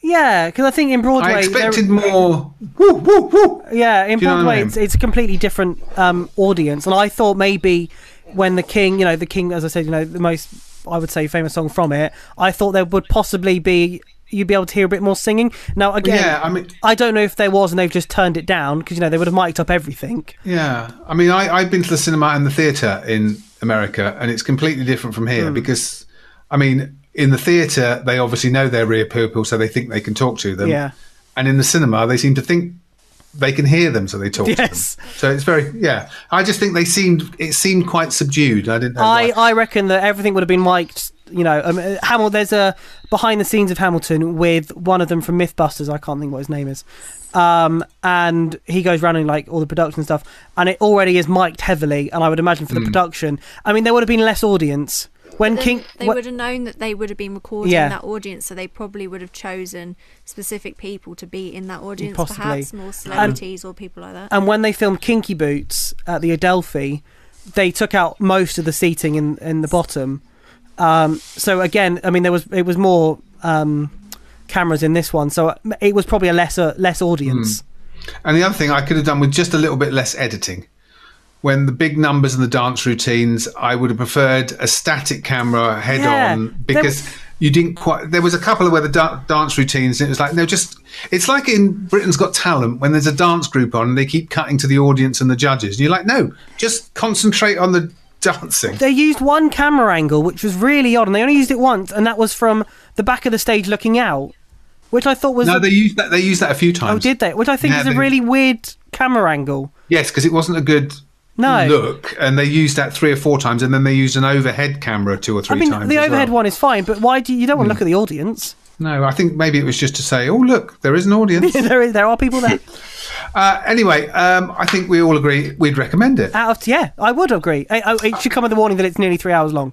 C: Yeah, because I think in Broadway,
D: I
C: there-
D: expected more. Woo, woo, woo.
C: yeah, in
D: Do you know what I
C: Broadway,
D: mean?
C: it's, it's a completely different um, audience, and I thought maybe when the King, you know, the King, as I said, you know, the most I would say famous song from it, I thought there would possibly be you'd be able to hear a bit more singing. Now again,
D: Yeah, I mean-
C: I don't know if there was, and they've just turned it down because you know they would have mic'd up everything.
D: Yeah, I mean, I, I've been to the cinema and the theatre in America, and it's completely different from
C: Hmm.
D: here because, I mean, in the theatre they obviously know their rear pupil, so they think they can talk to them.
C: Yeah.
D: And in the cinema, they seem to think they can hear them, so they talk to
C: Yes.
D: them. So it's very yeah. I just think they seemed it seemed quite subdued. I didn't. Know
C: I,
D: why.
C: I reckon that everything would have been mic'd. You know, um, uh, Hamil. There's a behind the scenes of Hamilton with one of them from MythBusters. I can't think what his name is. Um, and he goes round in like all the production stuff, and it already is mic'd heavily. And I would imagine for the production, I mean, there would have been less audience when
G: They-
C: King.
G: they
C: wh-
G: would have known that they would have been recording
C: Yeah.
G: that audience, so they probably would have chosen specific people to be in that audience,
C: Possibly.
G: perhaps more celebrities or people like
D: Uh,
G: that.
C: and when they filmed Kinky Boots at the Adelphi, they took out most of the seating in in the bottom. Um, so again, I mean, there was it was more um, cameras in this one, so it was probably a lesser less
D: Hmm.
C: audience.
D: And the other thing I could have done with just a little bit less editing. When the big numbers and the dance routines, I would have preferred a static camera head
C: Yeah,
D: on
C: there-
D: because you didn't quite. There was a couple of where the da- dance routines, it was like, no, just. It's like in Britain's Got Talent when there's a dance group on and they keep cutting to the audience and the judges. And you're like, no, just concentrate on the dancing.
C: They used one camera angle, which was really odd, and they only used it once, and that was from the back of the stage looking out, which I thought was
D: No,
C: a-
D: they used that. They used that a few times.
C: oh, did they? Which I think
D: Yeah,
C: is a
D: they-
C: really weird camera angle.
D: Yes, because it wasn't a good
C: No.
D: look, and they used that three or four times, and then they used an overhead camera two or three
C: I mean,
D: times.
C: the
D: as
C: overhead
D: well. Hmm.
C: one is fine, but why do you, you don't want to look at the audience?
D: No, I think maybe it was just to say, oh, look, there is an audience.
C: there, is, there are people there.
D: uh, anyway, um, I think we all agree we'd recommend it.
C: Out of yeah, I would agree. I, I, it should come with the warning that it's nearly three hours long.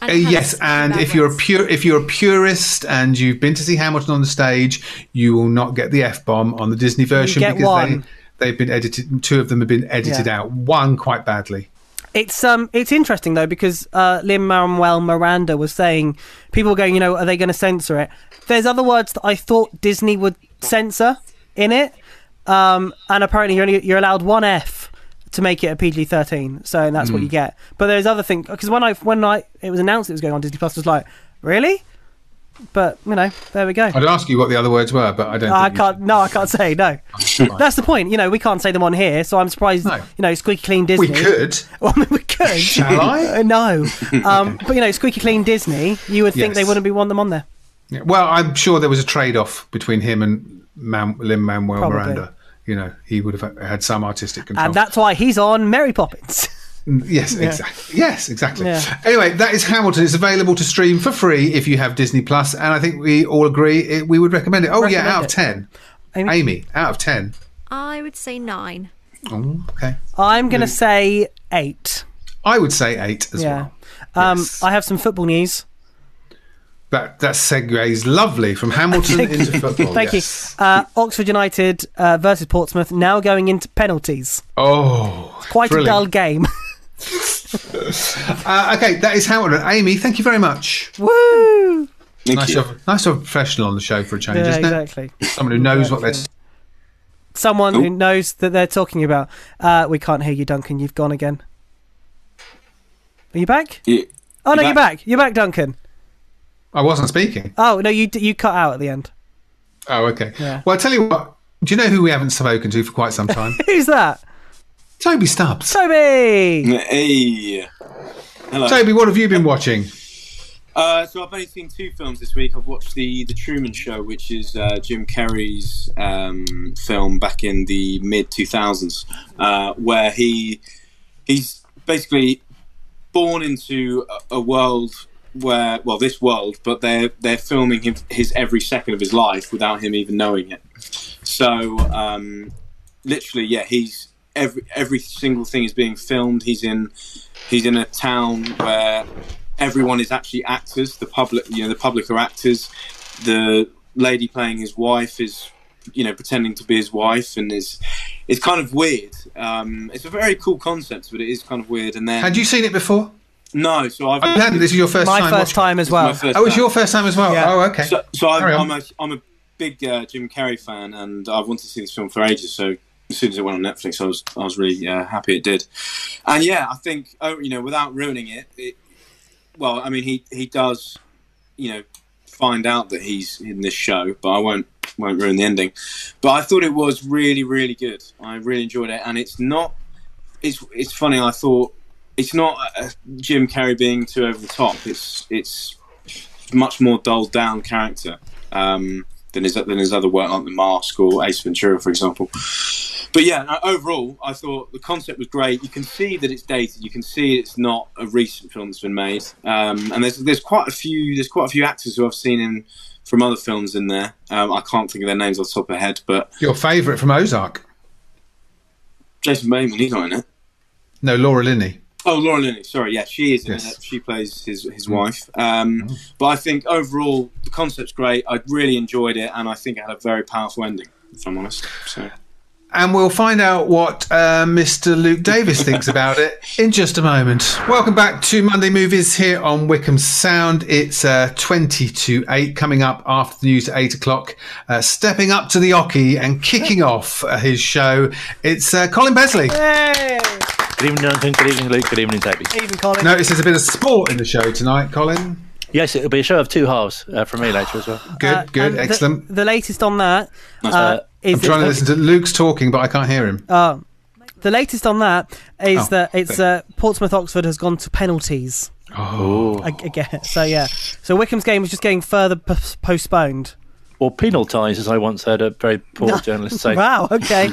G: And
D: Uh,
G: it has
D: yes,
G: some
D: and
G: bad
D: if you're a
G: ones.
D: pure, if you're a purist and you've been to see Hamilton on the stage, you will not get the f bomb on the Disney version
C: get
D: because
C: one.
D: they they've been edited. Two of them have been edited
C: Yeah.
D: out. One quite badly.
C: It's um, it's interesting though because uh, Lin Manuel Miranda was saying people were going, you know, are they going to censor it? There's other words that I thought Disney would censor in it, um, and apparently you're only you're allowed one F to make it a PG-13, so that's what you get. But there's other things because when I when I it was announced it was going on Disney Plus, I was like, really? But you know, there we go.
D: I'd ask you what the other words were, but I don't.
C: I
D: think you
C: can't. No, I can't say no. That's the point. You know, we can't say them on here, so I'm surprised.
D: No.
C: You know, squeaky clean
D: should.
C: Disney.
D: We could.
C: Well, I mean, we could.
D: Shall I?
C: Uh, no. Um, but you know, squeaky clean Disney. You would think they
D: Yes.
C: wouldn't be wanting them on there.
D: Yeah, Well, I'm sure there was a trade-off between him and Man- Lin Manuel
C: Probably.
D: Miranda. You know, he would have had some artistic control.
C: And that's why he's on Mary Poppins.
D: Yes, exactly. Yes, exactly.
C: Yeah.
D: Anyway, that is Hamilton. It's available to stream for free if you have Disney Plus, and I think we all agree it, we would recommend it. Oh yeah,
C: Recommend
D: out of
C: it.
D: ten, Amy?
C: Amy?
D: out of ten.
G: I would say nine.
D: Oh, okay,
C: I'm going to say eight.
D: I would say eight Mm. as
C: Yeah.
D: well.
C: Um,
D: Yes.
C: I have some football news.
D: That that segues lovely from Hamilton into football.
C: Thank
D: Oh, yes.
C: you. Uh, Oxford United uh, versus Portsmouth now going into penalties.
D: Oh,
C: Quite
D: thrilling.
C: a dull game.
D: Uh, okay, that is Hamilton. Amy, thank you very much.
C: Woo!
E: Thank
D: Nice
E: you.
D: to, have, nice to have a professional on the show for a change,
C: Yeah,
D: isn't
C: exactly.
D: it? Someone who knows what they're.
C: Someone who knows that they're talking about. Uh, we can't hear you, Duncan. You've gone again. Are you back?
E: Yeah.
C: Oh no,
E: You're
C: you're back. You're back, Duncan.
D: I wasn't speaking.
C: Oh no, you d- you cut out at the end.
D: Oh, okay.
C: Yeah.
D: Well, I tell you what. Do you know who we haven't spoken to for quite some time?
C: Who's that?
D: Toby Stubbs.
C: Toby.
E: Hey. Hello.
D: Toby, what have you been watching?
E: Uh, so I've only seen two films this week. I've watched the The Truman Show, which is uh, Jim Carrey's um, film back in the mid two thousands, uh, where he he's basically born into a, a world where well this world, but they're they're filming him, his every second of his life without him even knowing it. So um, literally, yeah, he's every every single thing is being filmed. He's in he's in a town where everyone is actually actors. The public, you know, the public are actors. The lady playing his wife is, you know, pretending to be his wife, and it's it's kind of weird. Um, it's a very cool concept, but it is kind of weird. And then
D: Had you seen it before?
E: no, so I've
D: Oh, you hadn't. This is your first
C: My
D: time.
C: first
D: watching-
C: time as
E: my
C: well.
E: first
D: Oh, it's
E: time.
D: your first time as well.
C: Yeah.
D: Oh, okay.
E: So, so I'm,
D: Carry on.
E: I'm, a, I'm a big uh, Jim Carrey fan, and I've wanted to see this film for ages. So as soon as it went on Netflix, I was I was really uh, happy it did. And yeah, I think oh, you know, without ruining it, it well, I mean, he he does, you know, find out that he's in this show, but I won't won't ruin the ending. But I thought it was really really good. I really enjoyed it, and it's not. It's it's funny. I thought it's not uh, Jim Carrey being too over the top. It's it's much more dulled down character um, than his than his other work like The Mask or Ace Ventura, for example. But yeah, no, overall, I thought the concept was great. You can see that it's dated. You can see it's not a recent film that's been made. Um, and there's there's quite a few there's quite a few actors who I've seen in from other films in there. Um, I can't think of their names off the top of my head, but
D: your favourite from Ozark?
E: Jason Bateman, he's not in it.
D: No, Laura Linney.
E: Oh, Laura Linney. Sorry, yeah, she is. in
D: Yes. Mm.
E: it. She plays his his wife. Um, But I think overall the concept's great. I really enjoyed it, and I think it had a very powerful ending. If I'm honest, so
D: And we'll find out what uh, Mr. Luke Davis thinks about it in just a moment. Welcome back to Monday Movies here on Wickham Sound. It's uh, 20 to 8, coming up after the news at 8 o'clock. Uh, stepping up to the Ocky and kicking off uh, his show, it's uh, Colin Besley.
C: Hey,
H: Good evening, Jonathan. Good evening, Luke. Good evening, Toby.
C: even Colin.
D: Notice there's a bit of sport in the show tonight, Colin.
H: Yes, it'll be a show of two halves uh, from me later as well.
D: Good,
C: Uh,
D: good,
C: and the-
D: excellent.
C: The, latest on that uh,
H: Uh,
C: is Uh,
D: I'm trying to listen to Luke's talking, but I can't hear him.
C: the latest on that is
D: Oh,
C: that it's
D: okay.
C: uh, Portsmouth Oxford has gone to penalties
H: Ooh.
C: ag- again. So yeah, so Wickham's game is just getting further p- postponed.
H: Or penaltise, as I once heard a very poor journalist say.
C: Wow. Okay.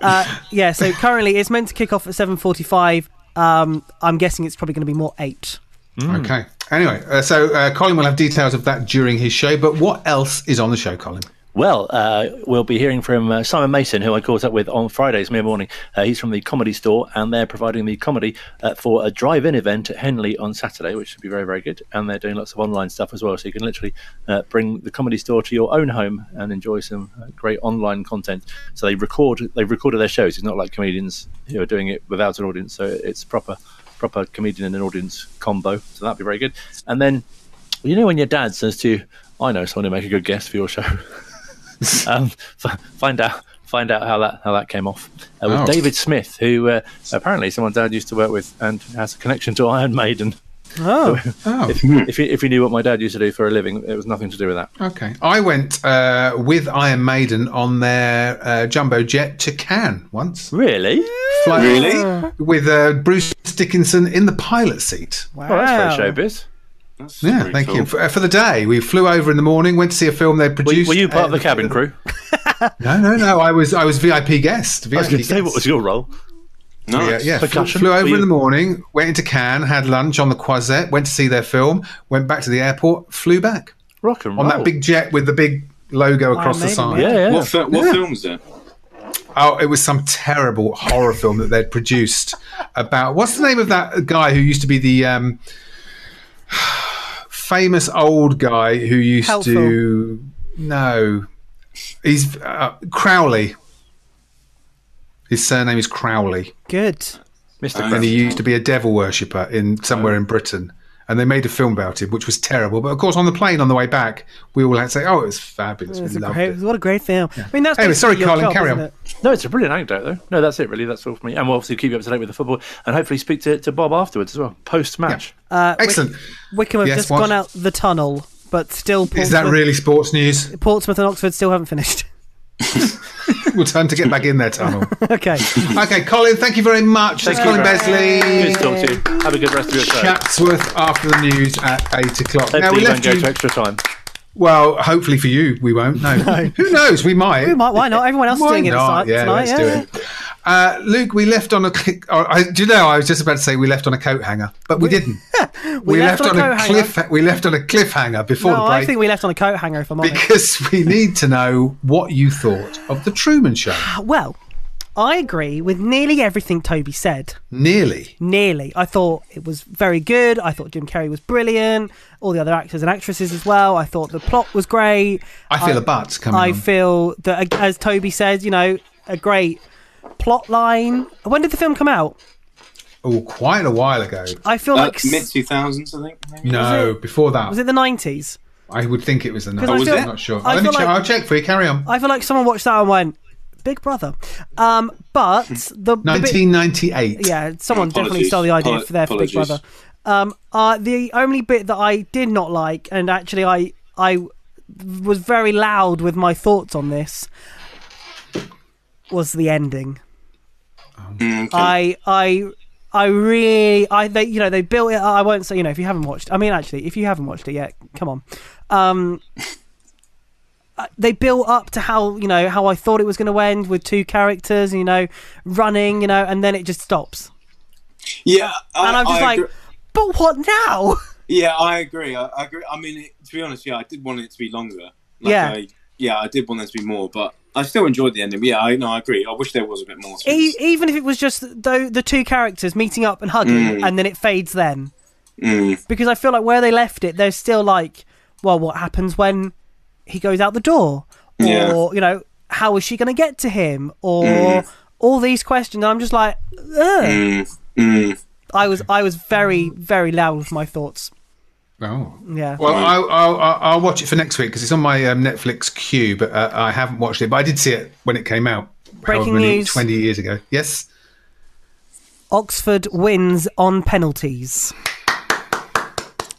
C: uh, yeah. So currently it's meant to kick off at seven forty-five. Um, I'm guessing it's probably going to be more eight.
D: Okay. Anyway, uh, so uh, Colin will have details of that during his show. But what else is on the show, Colin?
H: Well, uh, we'll be hearing from uh, Simon Mason, who I caught up with on Fridays, mere morning. Uh, he's from the Comedy Store, and they're providing the comedy uh, for a drive in event at Henley on Saturday, which should be very, very good. And they're doing lots of online stuff as well. So you can literally uh, bring the Comedy Store to your own home and enjoy some uh, great online content. So they record, they've recorded their shows. It's not like comedians who are doing it without an audience. So it's proper, proper comedian and an audience combo. So that'd be very good. And then, you know, when your dad says to you, I know someone who make a good guest for your show um, f- find out find out how that how that came off uh, with
D: Oh.
H: David Smith, who uh, apparently someone Dad used to work with and has a connection to Iron Maiden.
C: Oh,
D: Oh,
H: If you, if you knew what my dad used to do for a living, it was nothing to do with that.
D: okay. I went uh, with Iron Maiden on their uh, jumbo jet to Cannes once.
H: Really?
D: Flight-
E: really.
D: With uh, Bruce Dickinson in the pilot seat.
C: wow.
H: Oh, that's very showbiz.
E: That's
D: Yeah,
E: pretty
D: thank
E: cool.
D: you. For, uh, for the day, we flew over in the morning, went to see a film they
H: Were you,
D: produced.
H: were you part of
D: and-
H: the cabin crew?
D: No, no, no. I was I was VIP guest. VIP
H: I was going to say,
D: guest.
H: what was your role?
D: Yeah,
E: Nice.
D: yeah. Flew,
H: Percussion?
D: flew
H: Were
D: over
H: you-
D: in the morning, went into Cannes, had lunch on the Croisette, went to see their film, went back to the airport, flew back
H: Rock and
D: on
H: roll.
D: that big jet with the big logo across the
C: amazing,
D: side.
H: Yeah, yeah.
E: What, fil- what film was it?
D: Oh, it was some terrible horror film that they'd produced about what's the name of that guy who used to be the um, famous old guy who used to no, he's uh, Crowley. His surname is Crowley,
C: Good.
H: Mr.
D: and
H: Crowley.
D: he used to be a devil worshipper in somewhere in Britain. And they made a film about it, which was terrible. But of course, on the plane on the way back, we all had to say, "Oh, it was fabulous.
C: It's
D: we
C: a
D: loved
C: great,
D: it."
C: what a great film. I mean, that's
D: Anyway,
C: basically
D: sorry,
C: your
D: Colin,
C: job,
D: carry
C: isn't
D: on.
C: it?
H: No, it's a brilliant anecdote, though. No, that's it, really. That's all for me. And we'll obviously keep you up to date with the football and hopefully speak to, to Bob afterwards as well, post match.
C: Uh, Wick-
D: Excellent.
C: Wickham have
D: Yes,
C: just
D: what?
C: gone out the tunnel, but still. Portsmouth,
D: Is that really sports news?
C: Portsmouth and Oxford still haven't finished.
D: We'll time to get back in there, tunnel.
C: okay.
D: Okay, Colin, thank you very much. That's
H: Thank
D: Colin
H: you Good
D: Besley.
H: to talk to you. Have a good rest of your day.
D: Chatsworth after the news at eight o'clock. now
H: Hopefully,
D: we
H: you don't
D: left
H: go to
D: you.
H: extra time.
D: Well, hopefully for you, we won't. No, who knows? We might.
C: We might, why not? Everyone else is
D: Why
C: doing it
D: not?
C: tonight.
D: Yeah,
C: tonight,
D: let's do it. Uh, Luke, we left on a. cl- oh, I, do you know? I was just about to say we left on a coat hanger, but we didn't. we, left, on a,
C: coat hanger.
D: cliff. We left on a cliffhanger before
C: No,
D: the break
C: I think we left on a coat hanger, if I'm honest.
D: because we need to know what you thought of the Truman Show.
C: Well, I agree with nearly everything Toby said.
D: Nearly.
C: Nearly. I thought it was very good. I thought Jim Carrey was brilliant. All the other actors and actresses as well. I thought the plot was great.
D: I feel a butt coming.
C: I
E: Mm-hmm.
D: on.
C: feel that, as Toby says, you know, a great plot line. When did the film come out?
D: oh, quite a while ago.
C: I feel
E: Uh,
C: like. s-
E: Mid 2000s, I think. maybe?
D: No, before that.
C: was it the 90s?
D: I would think it was the night.
C: I
D: I
C: feel-
D: am not sure.
C: I
D: Let me
C: feel
D: check.
C: like-
D: I'll check for you. Carry on.
C: I feel like someone watched that and went, Big Brother. Um, but
E: Hmm.
C: the. the bit-
D: 1998.
C: yeah, someone definitely
E: Apologies.
C: stole the idea
E: Apolo-
C: for their for Big
E: apologies.
C: Brother. Um, uh, the only bit that I did not like, and actually I I was very loud with my thoughts on this, was the ending.
E: Mm, okay.
C: I I I really I they you know they built it. I won't say you know if you haven't watched. I mean actually if you haven't watched it yet, come on. Um, uh, they built up to how you know how I thought it was going to end with two characters you know running you know and then it just stops
E: yeah. I,
C: and I'm just
E: I
C: like,
E: agree-
C: but what now?
E: Yeah, I agree. I, I agree. I mean, it, to be honest, yeah, I did want it to be longer. Like,
C: Yeah.
E: I, yeah, I did want there to be more, but I still enjoyed the ending. But yeah, I no, I agree. I wish there was a bit more. to
C: E-
E: it.
C: even if it was just the, the two characters meeting up and hugging, and then it fades. Then
E: Mm.
C: because I feel like where they left it, they're still like, well, what happens when he goes out the door, or
E: Yeah.
C: you know, how is she going to get to him, or all these questions. And I'm just like, Ugh.
E: Mm.
C: I was I was very very loud with my thoughts.
D: Oh.
C: Yeah.
D: Well, I'll, I'll, I'll I'll watch it for next week because it's on my um, Netflix queue, but uh, I haven't watched it. But I did see it when it came out.
C: Breaking
D: however many-
C: news.
D: 20 years ago. Yes.
C: Oxford wins on penalties.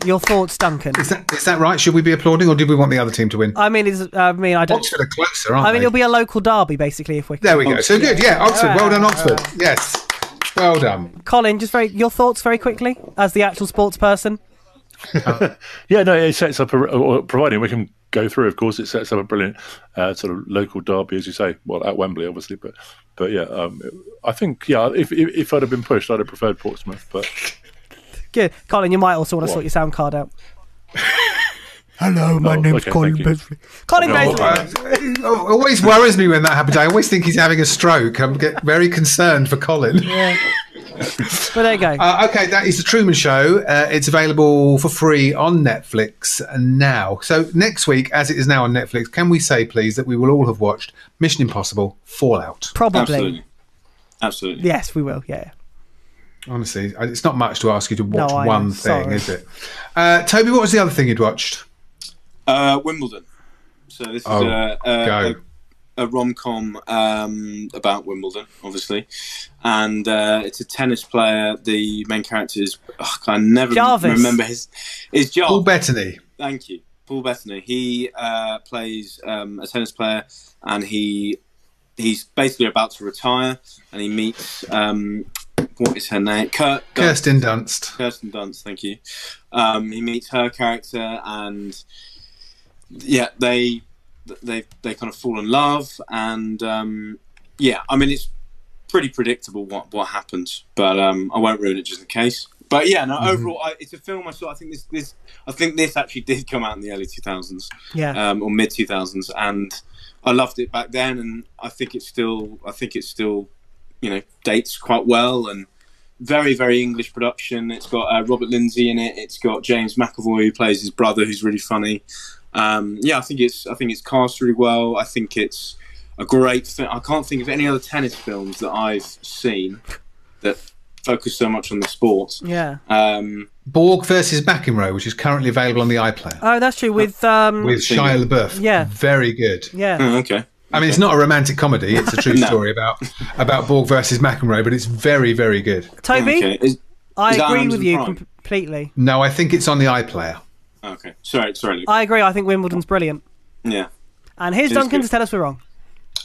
C: Your thoughts, Duncan?
D: Is that, is that right? Should we be applauding or did we want the other team to win?
C: I mean, it's, I mean, I don't.
D: Oxford are closer, aren't
C: Uh, I mean,
D: they?
C: it'll be a local derby, basically, if we're.
D: there we go. So good. Yeah, Oxford. Well done, Oxford. Yes. Well done.
C: Colin, just very your thoughts very quickly as the actual sports person.
H: Yeah, no, it sets up a, or providing we can go through. Of course, it sets up a brilliant uh, sort of local derby, as you say. Well, at Wembley, obviously, but but yeah, um, I think yeah, if, if if I'd have been pushed, I'd have preferred Portsmouth. But
C: Good, Colin. You might also want to sort your sound card out.
F: Hello, my
H: Oh,
F: name's
H: okay,
F: Colin
H: thank you.
F: Besley.
C: Colin
H: No,
C: Besley.
H: uh,
D: It always worries me when that happens. I always think he's having a stroke. I'm get very concerned for Colin.
C: but there you go.
D: Uh, okay, that is the Truman Show. Uh, it's available for free on Netflix now. So next week, as it is now on Netflix, can we say please that we will all have watched Mission Impossible: Fallout?
C: Probably.
E: Absolutely. Absolutely.
C: Yes, we will. Yeah.
D: Honestly, I- it's not much to ask you to watch
C: No, I know.
D: one thing,
C: Sorry.
D: is it? Uh, Toby, what was the other thing you'd watched?
E: Uh, Wimbledon. So this is
D: Oh,
E: a, a,
D: go.
E: a, a rom com um, about Wimbledon, obviously, and uh, it's a tennis player. The main character is ugh, I never
C: Jarvis.
E: remember his is Jarvis.
D: Paul Bettany.
E: Thank you, Paul Bettany. He uh, plays um, a tennis player, and he he's basically about to retire, and he meets um, what is her name? Kurt Dunst.
D: Kirsten Dunst.
E: Kirsten Dunst, thank you. Um, he meets her character, and yeah, they they they kind of fall in love, and um, yeah, I mean it's pretty predictable what what happens, but um, I won't ruin it just in case. But yeah, no. Overall, I, it's a film I saw. I think this this I think this actually did come out in the early two thousands,
D: Uh,
C: Yeah.
E: um, or mid two thousands, and I loved it back then, and I think it's still I think it's still you know dates quite well and very very English production. It's got uh, Robert Lindsay in it. It's got James McAvoy who plays his brother, who's really funny. Um, yeah, I think it's I think it's cast really well. I think it's a great film. I can't think of any other tennis films that I've seen that focus so much on the sport.
C: Yeah.
E: Um,
D: Borg versus McEnroe, which is currently available on the iPlayer
C: Oh, that's true. With um,
D: uh, with Hmm. Shia LaBeouf.
C: Yeah.
D: very good.
C: yeah,
E: oh, okay.
D: I mean, it's not a romantic comedy; it's a true
E: No.
D: story about about Borg versus McEnroe, but it's very, very good.
C: Toby,
E: Okay. Is-
C: I
E: is that
C: agree
E: Amazon
C: with you
E: Prime?
C: com- completely.
D: No, I think it's on the iPlayer.
E: okay. Sorry. Sorry. Luke.
C: I agree. I think Wimbledon's brilliant.
E: yeah.
C: And here's
E: It is
C: Duncan
E: good.
C: to tell us we're wrong.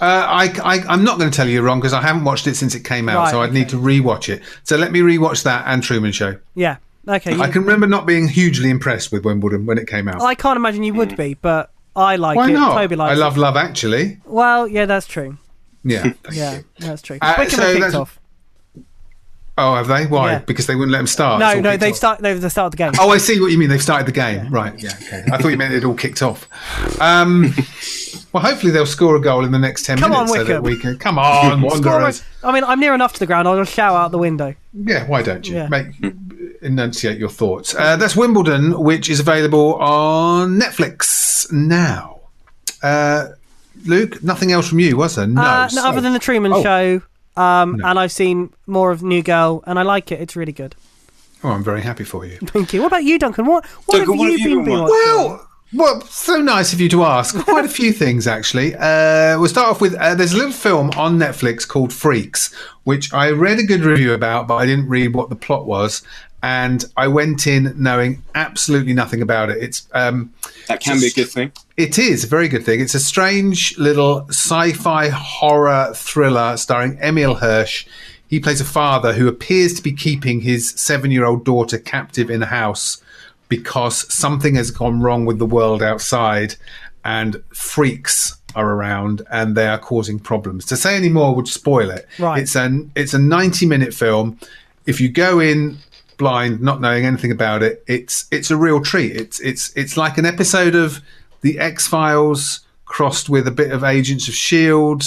D: Uh, I, I, I'm not going to tell you you're wrong because I haven't watched it since it came out,
C: Right,
D: so I'd need to rewatch it. So let me rewatch that and Truman Show.
C: Yeah. Okay. you-
D: I can remember not being hugely impressed with Wimbledon when it came out.
C: I can't imagine you would be, but I like
D: Hmm. Why
C: it.
D: not?
C: Toby likes
D: I
C: it.
D: love Love Actually.
C: Well, yeah, that's true.
D: Yeah. thank
C: Yeah,
D: you.
C: that's true.
D: Uh,
C: Wickham
D: so
C: are kicked
D: that's-
C: off.
D: Oh, have they? Why?
C: Yeah.
D: Because they wouldn't let them start. It's
C: No,
D: all
C: no,
D: kicked
C: they've
D: off.
C: start, they've started the game.
D: Oh, I see what you mean. They've started the game, right? Yeah. Okay. I thought you meant it all kicked off. Um, well, hopefully they'll score a goal in the next ten
C: Come on,
D: minutes so that
C: Wickham.
D: we can. Come on,
C: Score a-
D: Wanderers.
C: I mean, I'm near enough to the ground. I'll just shout out the window.
D: Yeah, why don't you
C: Yeah.
D: make enunciate your thoughts? Uh, that's Wimbledon, which is available on Netflix now. Uh, Luke, nothing else from you, was there? No,
C: Uh, no,
D: so-
C: other than the Truman
D: Oh.
C: Show, um, and I've seen more of New Girl, and I like it. It's really good.
D: oh, I'm very happy for you.
C: Thank you. What about you, Duncan? What what
E: Duncan,
C: have
E: what
C: you
E: have you
C: been,
E: been
C: been
E: watching?
C: watching?
D: Well, well, so nice of you to ask. Quite a few things, actually. Uh, we'll start off with uh, there's a little film on Netflix called Freaks, which I read a good review about, but I didn't read what the plot was. And I went in knowing absolutely nothing about it. It's um,
E: That can be a good thing.
D: It is a very good thing. It's a strange little sci-fi horror thriller starring Emil Hirsch. He plays a father who appears to be keeping his seven-year-old daughter captive in a house because something has gone wrong with the world outside, and freaks are around and they are causing problems. To say any more would spoil it.
C: Right.
D: It's an it's a ninety-minute film. If you go in blind, not knowing anything about it, it's it's a real treat. It's it's it's like an episode of the X Files crossed with a bit of Agents of Shield, E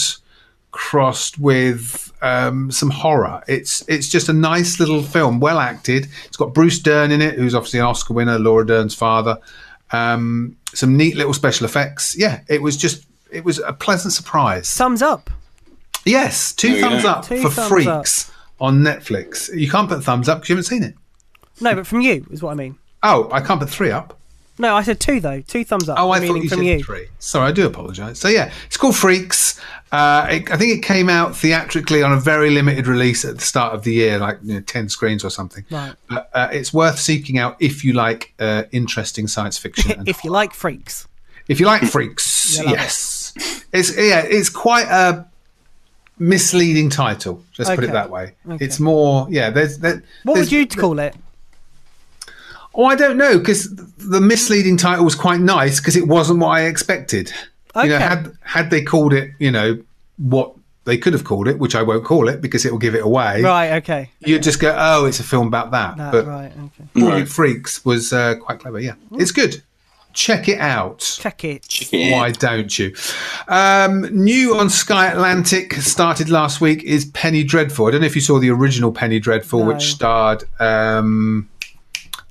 D: crossed with um, some horror. It's it's just a nice little film, well acted. It's got Bruce Dern in it, who's obviously an Oscar winner, Laura Dern's father. Um, some neat little special effects. Yeah, it was just it was a pleasant surprise.
C: Thumbs up.
D: Yes, two
E: you
D: thumbs
E: go.
D: up
C: Two
D: for
C: thumbs
D: Freaks on Netflix. You can't put thumbs up because you haven't seen it.
C: No, but from you is what I mean.
D: Oh, I can't put three up.
C: No, I said two though. Two thumbs up.
D: Oh, I thought
C: meaning
D: you
C: from
D: said
C: you.
D: three. Sorry, I do apologise. So yeah, it's called Freaks. Uh, it, I think it came out theatrically on a very limited release at the start of the year, like you know, ten screens or something.
C: Right.
D: But, uh, it's worth seeking out if you like uh, interesting science fiction. and
C: If you like freaks.
D: if you like freaks,
C: You'll love
D: yes, it's yeah, it's quite a misleading title. Let's put
C: Okay.
D: it that way.
C: Okay.
D: It's more yeah. There's there,
C: What
D: there's,
C: would you call it?
D: Oh, I don't know because the misleading title was quite nice because it wasn't what I expected. You know,
C: Okay.
D: had had they called it, you know, what they could have called it, which I won't call it because it will give it away.
C: Right. Okay.
D: You'd just go, oh, it's a film about that.
C: That,
D: but
C: right. Okay.
D: Brilliant
E: Right.
D: Freaks was uh, quite clever. Yeah, it's good. Check it out.
C: Check it.
E: Yeah.
D: Why don't you? Um, new on Sky Atlantic started last week is Penny Dreadful. I don't know if you saw the original Penny Dreadful,
C: No.
D: which starred um,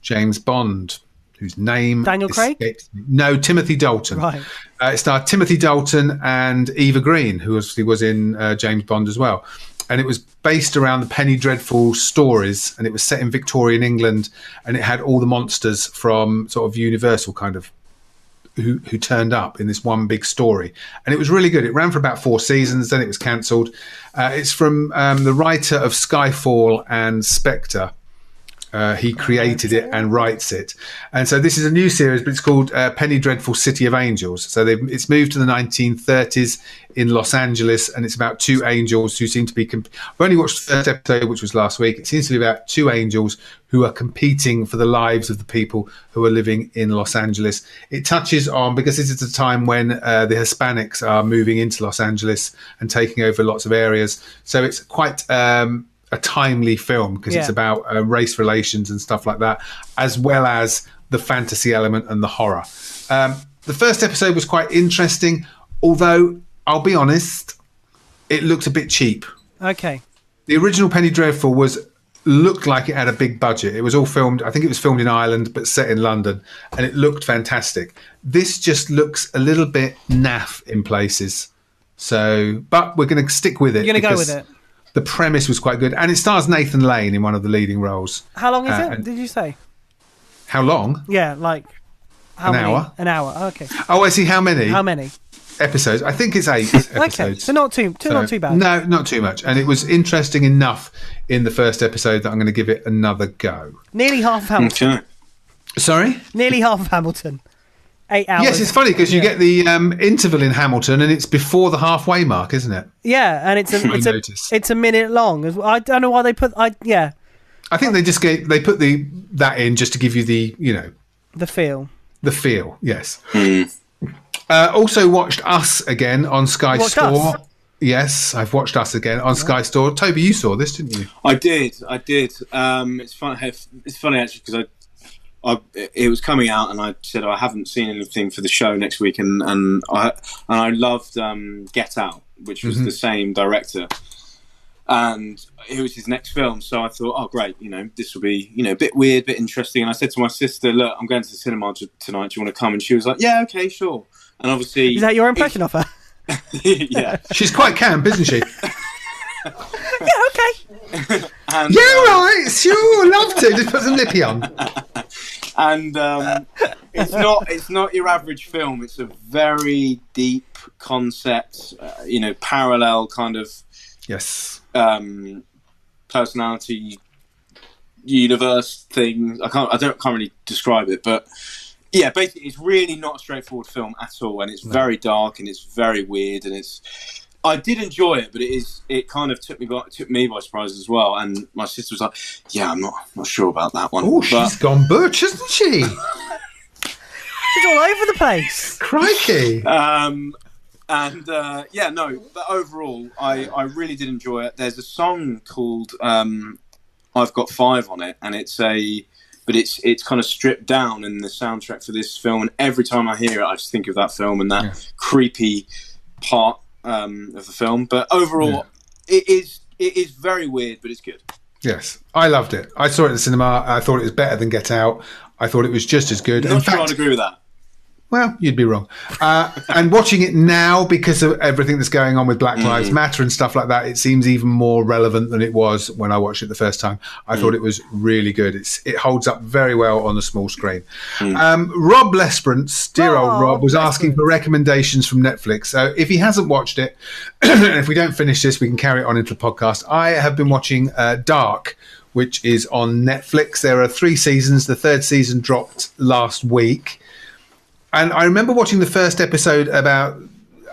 D: James Bond, whose name
C: Daniel Craig?
D: escapes me. No, Timothy Dalton.
C: Right.
D: Uh, it starred Timothy Dalton and Eva Green, who obviously was in uh, James Bond as well. And it was based around the Penny Dreadful stories, and it was set in Victorian England, and it had all the monsters from sort of Universal kind of who who turned up in this one big story, and it was really good. It ran for about four seasons, then it was cancelled. Uh, it's from um, the writer of Skyfall and Spectre, Uh, he created it and writes it. And so this is a new series, but it's called uh, Penny Dreadful City of Angels. So they've, it's moved to the 1930s in Los Angeles, and it's about two angels who seem to be. Comp- I've only watched the first episode, which was last week. It seems to be about two angels who are competing for the lives of the people who are living in Los Angeles. It touches on, because this is a time when uh, the Hispanics are moving into Los Angeles and taking over lots of areas. So it's quite. Um, a timely film because it's
C: Yeah.
D: about uh, race relations and stuff like that, as well as the fantasy element and the horror. Um, the first episode was quite interesting, although I'll be honest, it looked a bit cheap.
C: Okay.
D: The original Penny Dreadful was looked like it had a big budget. It was all filmed. I think it was filmed in Ireland, but set in London, and it looked fantastic. This just looks a little bit naff in places. So, but we're going to stick with it.
C: You're gonna go with
D: because
C: it.
D: The premise was quite good, and it stars Nathan Lane in one of the leading roles.
C: How long is
D: Uh,
C: it? Did you say?
D: How long?
C: Yeah, like how
D: An
C: many?
D: hour.
C: An hour. Oh, okay.
D: Oh, I see. How many
C: How many?
D: episodes? I think it's eight episodes.
C: Okay. So not too, too
D: So-
C: not too bad.
D: No, not too much. And it was interesting enough in the first episode that I'm going to give it another go.
C: Nearly half of Hamilton.
E: Okay.
D: Sorry.
C: Nearly half of Hamilton. Eight hours.
D: Yes, it's funny because you get the um, interval in Hamilton, and it's before the halfway mark, isn't it?
C: Yeah, and it's a
D: I
C: it's a,
D: noticed.
C: it's a minute long. as well. I don't know why they put I yeah
D: I think they just gave, they put the that in just to give you the you know
C: the feel.
D: the feel. Yes. Uh, also watched Us again on Sky
C: Watched
D: Store.
C: Us?
D: Yes, I've watched Us again on Sky Store. Toby, you saw this, didn't you?
E: I did. I did. Um, it's funny. It's funny actually because I, I, it was coming out, and I said I haven't seen anything for the show next week, and and I and I loved um, Get Out, which
C: Mm-hmm.
E: was the same director, and it was his next film. So I thought, oh great, you know, this will be you know a bit weird, bit interesting. And I said to my sister, look, I'm going to the cinema t- tonight. Do you want to come? And she was like, yeah, okay, sure. And obviously,
C: Is that your impression of her?
E: yeah.
D: She's quite camp, isn't she?
C: yeah.
E: And,
D: yeah, right. Sure, love to. Just put some lippy on.
E: and um, it's not it's not your average film. It's a very deep concept, uh, you know, parallel kind of
D: Yes.
E: um, personality universe thing. I can't I don't can't really describe it, but yeah, basically, it's really not a straightforward film at all, and it's very dark and it's very weird and it's. I did enjoy it, but it is it kind of took me by took me by surprise as well. And my sister was like, "Yeah, I'm not not sure about that one."
D: Oh,
E: But-
D: she's gone butch, isn't she?
C: She's all over the place.
D: Crikey.
E: Um, and uh, yeah, no, but overall, I, I really did enjoy it. There's a song called um, "I've Got Five on it, and it's a, but it's it's kind of stripped down in the soundtrack for this film. And every time I hear it, I just think of that film and that creepy part um, of the film. But overall, it is it is very weird, but it's good.
D: Yes, I loved it. I saw it in the cinema. I thought it was better than Get Out. I thought it was just as good.
E: Not
D: in
E: sure
D: fact,
E: I'd agree with that.
D: well, you'd be wrong. Uh, and watching it now because of everything that's going on with Black Lives Matter and stuff like that, it seems even more relevant than it was when I watched it the first time. I thought it was really good. It's it holds up very well on the small screen. Um, Rob Lesperance, dear old
C: Oh,
D: Rob, was asking for recommendations from Netflix. So if he hasn't watched it, and if we don't finish this, we can carry it on into the podcast. I have been watching uh, Dark, which is on Netflix. There are three seasons. The third season dropped last week. And I remember watching the first episode about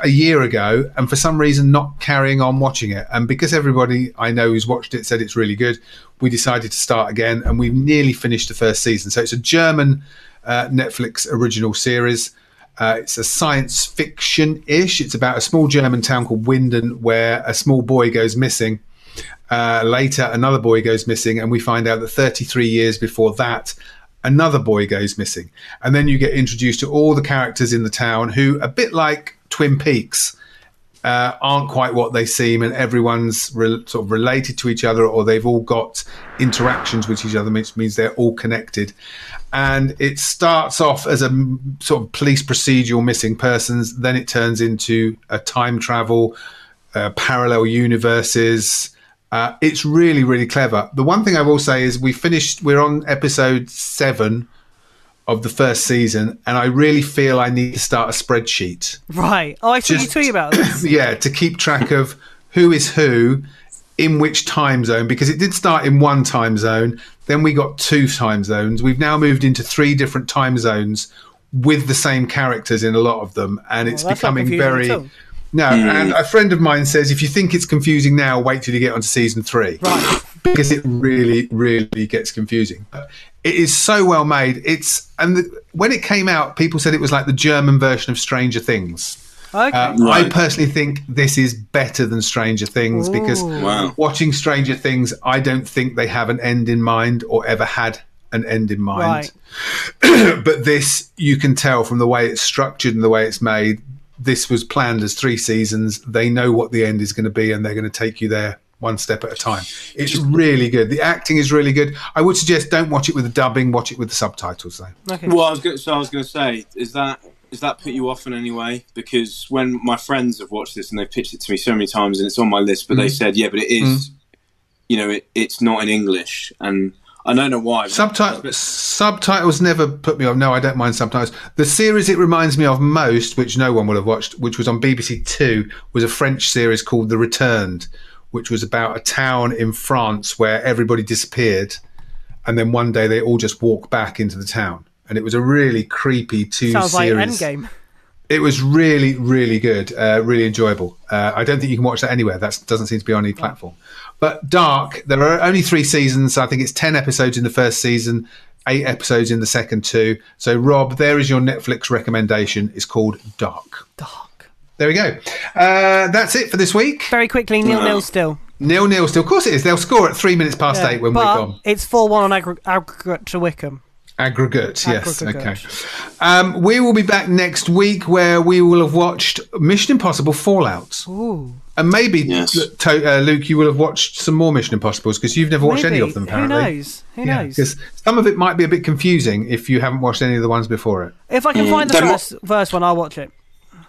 D: a year ago and for some reason not carrying on watching it. And because everybody I know who's watched it said it's really good, we decided to start again and we've nearly finished the first season. So it's a German uh, Netflix original series. Uh, it's a science fiction ish. It's about a small German town called Winden where a small boy goes missing. Uh, later, another boy goes missing, and we find out that 33 years before that, another boy goes missing. And then you get introduced to all the characters in the town who, a bit like Twin Peaks, uh, aren't quite what they seem, and everyone's re- sort of related to each other, or they've all got interactions with each other, which means they're all connected. And it starts off as a mm, sort of police procedural missing persons, then it turns into a time travel, uh, parallel universes. Uh, it's really, really clever. The one thing I will say is we finished, we're on episode seven of the first season, and I really feel I need to start a spreadsheet
C: Right. Oh, I saw you
D: Just-
C: tweet about this.
D: yeah, to keep track of who is who in which time zone because it did start in one time zone, Then we got two time zones. We've now moved into three different time zones with the same characters in a lot of them, and it's
C: that's not
D: becoming
C: confusing
D: very.
C: at all.
D: No, and a friend of mine says if you think it's confusing now, wait till you get onto season three because it really, really gets confusing. It is so well made. It's and the, when it came out, people said it was like the German version of Stranger Things.
C: Okay.
D: Uh, I
E: Right.
D: personally think this is better than Stranger Things because
E: Wow.
D: watching Stranger Things, I don't think they have an end in mind or ever had an end in mind. but this, you can tell from the way it's structured and the way it's made, this was planned as three seasons. They know what the end is going to be and they're going to take you there one step at a time. It's really good. The acting is really good. I would suggest don't watch it with the dubbing, watch it with the subtitles though.
E: Well, I was going so I was going to say is that is that put you off in any way? Because when my friends have watched this and they've pitched it to me so many times, and it's on my list, but they
D: Mm.
E: said, yeah, but it is, you know, it, it's not in English, and I don't know why. but-
D: Subtitles, subtitles never put me off. No, I don't mind subtitles. The series it reminds me of most, which no one will have watched, which was on BBC Two, was a French series called The Returned, which was about a town in France where everybody disappeared, and then one day they all just walk back into the town, and it was a really creepy two
C: Sounds like
D: series.
C: Endgame.
D: It was really, really good, uh, really enjoyable. Uh, I don't think you can watch that anywhere. That doesn't seem to be on any platform. But Dark, there are only three seasons. I think it's 10 episodes in the first season, eight episodes in the second two. So, Rob, there is your Netflix recommendation. It's called Dark.
C: Dark.
D: There we go. Uh, that's it for this week.
C: Very quickly, nil nil still.
D: Nil nil still. Of course it is. They'll score at three minutes past eight when we're
C: but
D: gone.
C: it's 4 1 on aggr- aggregate to Wickham.
D: Aggregate, yes.
C: Aggregate.
D: Okay. Um, we will be back next week where we will have watched Mission Impossible Fallout.
C: Ooh.
D: And maybe
E: Yes.
D: Lu- to, uh, Luke, you will have watched some more Mission Impossibles because you've never watched any
C: Maybe.
D: of them. Apparently,
C: Who knows? Who
D: Yeah,
C: knows?
D: 'cause some of it might be a bit confusing if you haven't watched any of the ones before it.
C: If I can find the
E: They're not-
C: first, first one, I'll watch it.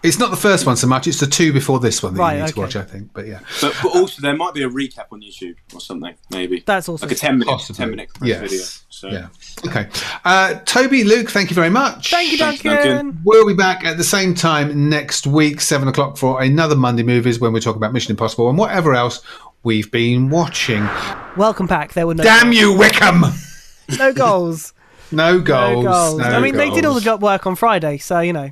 D: It's not the first one so much; it's the two before this one that
C: Right,
D: you need
C: okay.
D: to watch, I think. But yeah,
E: But, but also, there might be a recap on YouTube or something, maybe.
C: That's also
E: like a ten minute,
D: Possibly.
E: ten minute press
D: yes,
E: video. So.
D: yeah. Okay, uh, Toby, Luke, thank you very much.
C: Thank you,
E: Thanks,
C: Duncan.
E: Duncan.
D: We'll be back at the same time next week, seven o'clock, for another Monday Movies when we're talking about Mission Impossible and whatever else we've been watching.
C: Welcome back. There were no,
D: Damn you, Wickham!
C: no goals.
D: No
C: No
D: goals.
C: goals.
D: no
C: I mean, they did all the
D: goals.
C: job work on Friday, so, you know.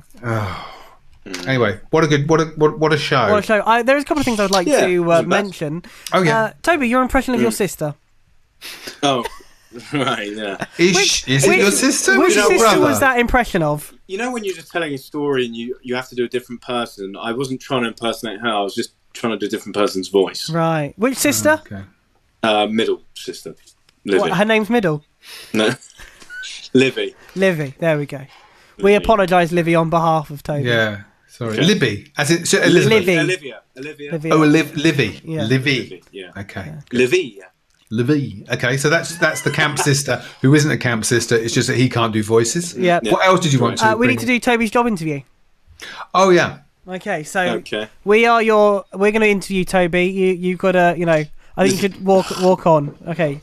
D: Anyway, what a good, what a what, what a show.
C: What a show. I, there's a couple of things I'd like
E: Yeah,
C: to uh,
E: wasn't bad.
C: mention.
D: Oh, yeah. Mm.
C: Uh, Toby, your impression of your sister.
E: Oh, right, yeah.
D: Is,
C: Which-
D: is
C: which-
D: it your sister?
C: Which
D: Is it your
C: sister
D: brother?
C: was that impression of?
E: You know when you're just telling a story and you you have to do a different person. I wasn't trying to impersonate her. I was just trying to do a different person's voice.
C: Right. Which sister?
D: Okay.
E: Uh, middle sister, Livy.
C: What, her name's Middle.
E: No, Livy.
C: Livy. There we go. We apologise, Livy, on behalf of Toby.
D: Yeah. Sorry.
E: Okay.
D: Libby. As in so Elizabeth.
C: Livy.
E: Olivia. Olivia.
C: Livy. uh,
D: Oh, Liv, Livy.
C: Yeah.
D: Livy.
E: Yeah.
D: Okay.
E: Livy.
D: Livy. Okay. So that's that's the camp sister who isn't a camp sister. It's just that he can't do voices.
C: Yep.
D: What else did you want to?
C: Uh, we
D: bring
C: need to do
D: in?
C: Toby's job interview.
D: Oh yeah.
C: Okay, so
E: Okay.
C: we are your. We're going to interview Toby. You you've got to you know. I think you should walk walk on. Okay,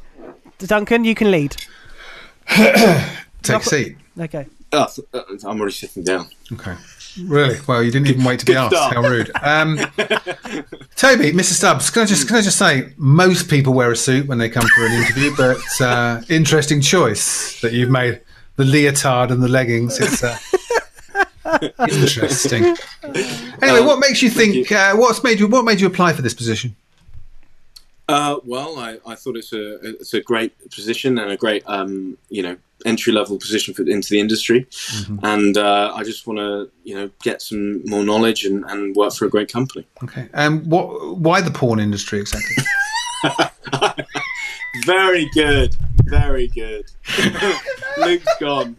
C: Duncan, you can lead.
D: Take a seat.
C: Okay,
E: Oh, th- uh, I'm already sitting down.
D: Okay. Really? Well, you didn't even wait to be asked.
E: start.
D: How rude. Um, Toby, Mr. Stubbs, can I just can I just say most people wear a suit when they come for an interview, but uh, interesting choice that you've made. The leotard and the leggings. It's uh, interesting. Anyway, what makes you think? Uh, what's made you? What made you apply for this position?
E: Uh, well, I, I thought it's a it's a great position and a great um, you know entry level position for, into the industry,
C: Mm-hmm.
E: and uh, I just want to you know get some more knowledge and, and work for a great company.
D: Okay. Um. What? Why the porn industry exactly?
E: Very good, very good. Luke's gone.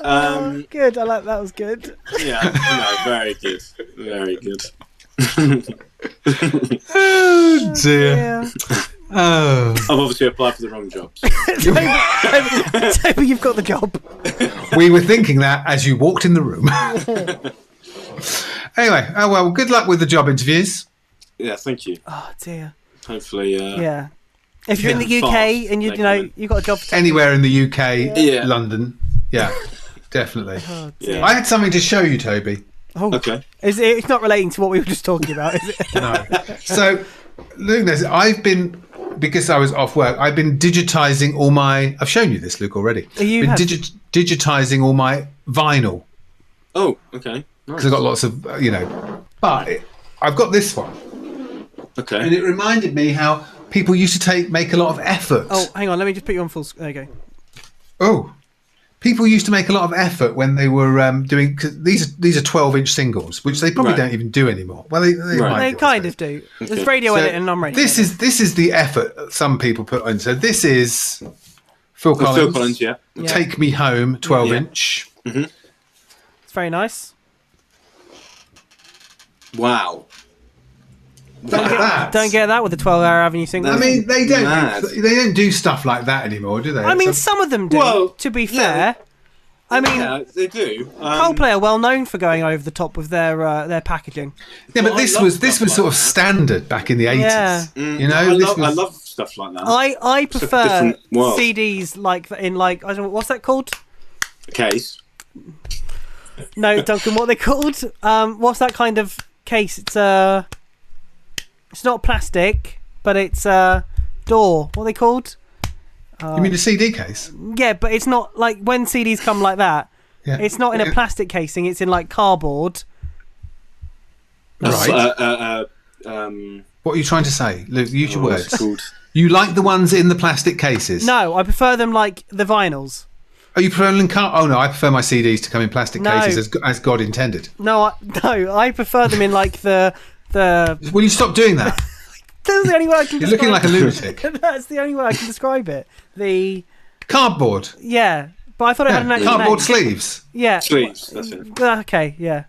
E: um,
C: good. I like that was good.
E: yeah, no, very good, very good.
D: oh dear.
C: Yeah,
D: Oh.
E: I've obviously applied for the wrong job.
C: Toby, Toby, you've got the job.
D: we were thinking that as you walked in the room. anyway, oh well, good luck with the job interviews.
E: Yeah, thank you.
C: Oh dear.
E: Hopefully, uh,
C: Yeah. If you're in the
E: Yeah,
C: UK
E: fast.
C: and you
E: They
C: you know
E: come
C: you've got a job. To
D: Anywhere in the UK,
E: Yeah.
D: London. Yeah, definitely.
E: yeah.
D: I had something to show you, Toby.
C: oh,
E: okay.
C: is it, it's not relating to what we were just talking about, is it?
D: No. so, Lunas, I've been because I was off work, I've been digitizing all my. I've shown you this, Luke, already.
C: Oh, You
D: been
C: have.
D: digi- digitizing all my vinyl
E: Oh, okay. Nice.
D: because I've got lots of, uh, you know. But it, I've got this one, and
E: Okay.
D: it reminded me how people used to take make a lot of effort.
C: Oh, hang on. Let me just put you on full. sc- There you go.
D: Oh. People used to make a lot of effort when they were um, doing cause these. These are twelve-inch singles, which they probably
E: Right.
D: don't even do anymore. Well, they, they,
E: Right.
D: might
C: They
D: do, I
C: kind
D: suppose.
C: of do. There's radio edit and non-radio.
D: This is this is the effort that some people put on. So this is Phil
E: Well,
D: Collins.
E: Phil Collins, yeah.
D: Take Me Home, twelve inch.
C: It's very nice.
E: Wow.
D: Look at that.
C: Don't get that with a 12-hour Avenue single.
D: I mean, they don't.
E: Mad.
D: They don't do stuff like that anymore, do they?
C: I mean,
D: So-
C: some of them do.
E: Well,
C: to be
E: yeah.
C: fair, I mean,
E: Yeah, they do. Um,
C: Coldplay are well known for going over the top with their uh, their packaging.
D: yeah, but
E: I
D: this
E: love
D: was this
E: stuff
D: was
E: like
D: sort of
E: that. Mm.
D: standard back in the eighties.
C: Yeah.
D: You know,
E: I,
D: this
E: love, I
D: was-
E: love stuff like that.
C: I I
E: a
C: prefer
E: different world.
C: CDs like in like I don't know what's that called.
E: Case.
C: No, Duncan, what are they called? Um, what's that kind of case? It's uh, it's not plastic, but it's uh, door. What are they called? Oh.
D: you mean a CD case?
C: Yeah, but it's not like when CDs come like that.
D: Yeah.
C: It's not in a plastic casing. It's in like cardboard.
D: Right.
E: Uh, uh, uh, um,
D: what are you trying to say, Luke? Use your
E: oh, what's
D: words.
E: it called?
D: You like the ones in the plastic cases?
C: No, I prefer them like the vinyls.
D: Are you preferring car? Oh no, I prefer my CDs to come in plastic
C: No.
D: cases as, as God intended.
C: No, I, no, I prefer them in like the the.
D: Will you stop doing that?
C: That's the only way I can.
D: You're looking
C: describe
D: like a lunatic.
C: it. That's the only way I can describe it. The
D: Cardboard.
C: yeah, but I thought it had an
D: Yeah.
C: actual
D: Cardboard
C: name.
D: sleeves.
C: Yeah.
E: Sleeves, that's it.
C: Okay. Yeah.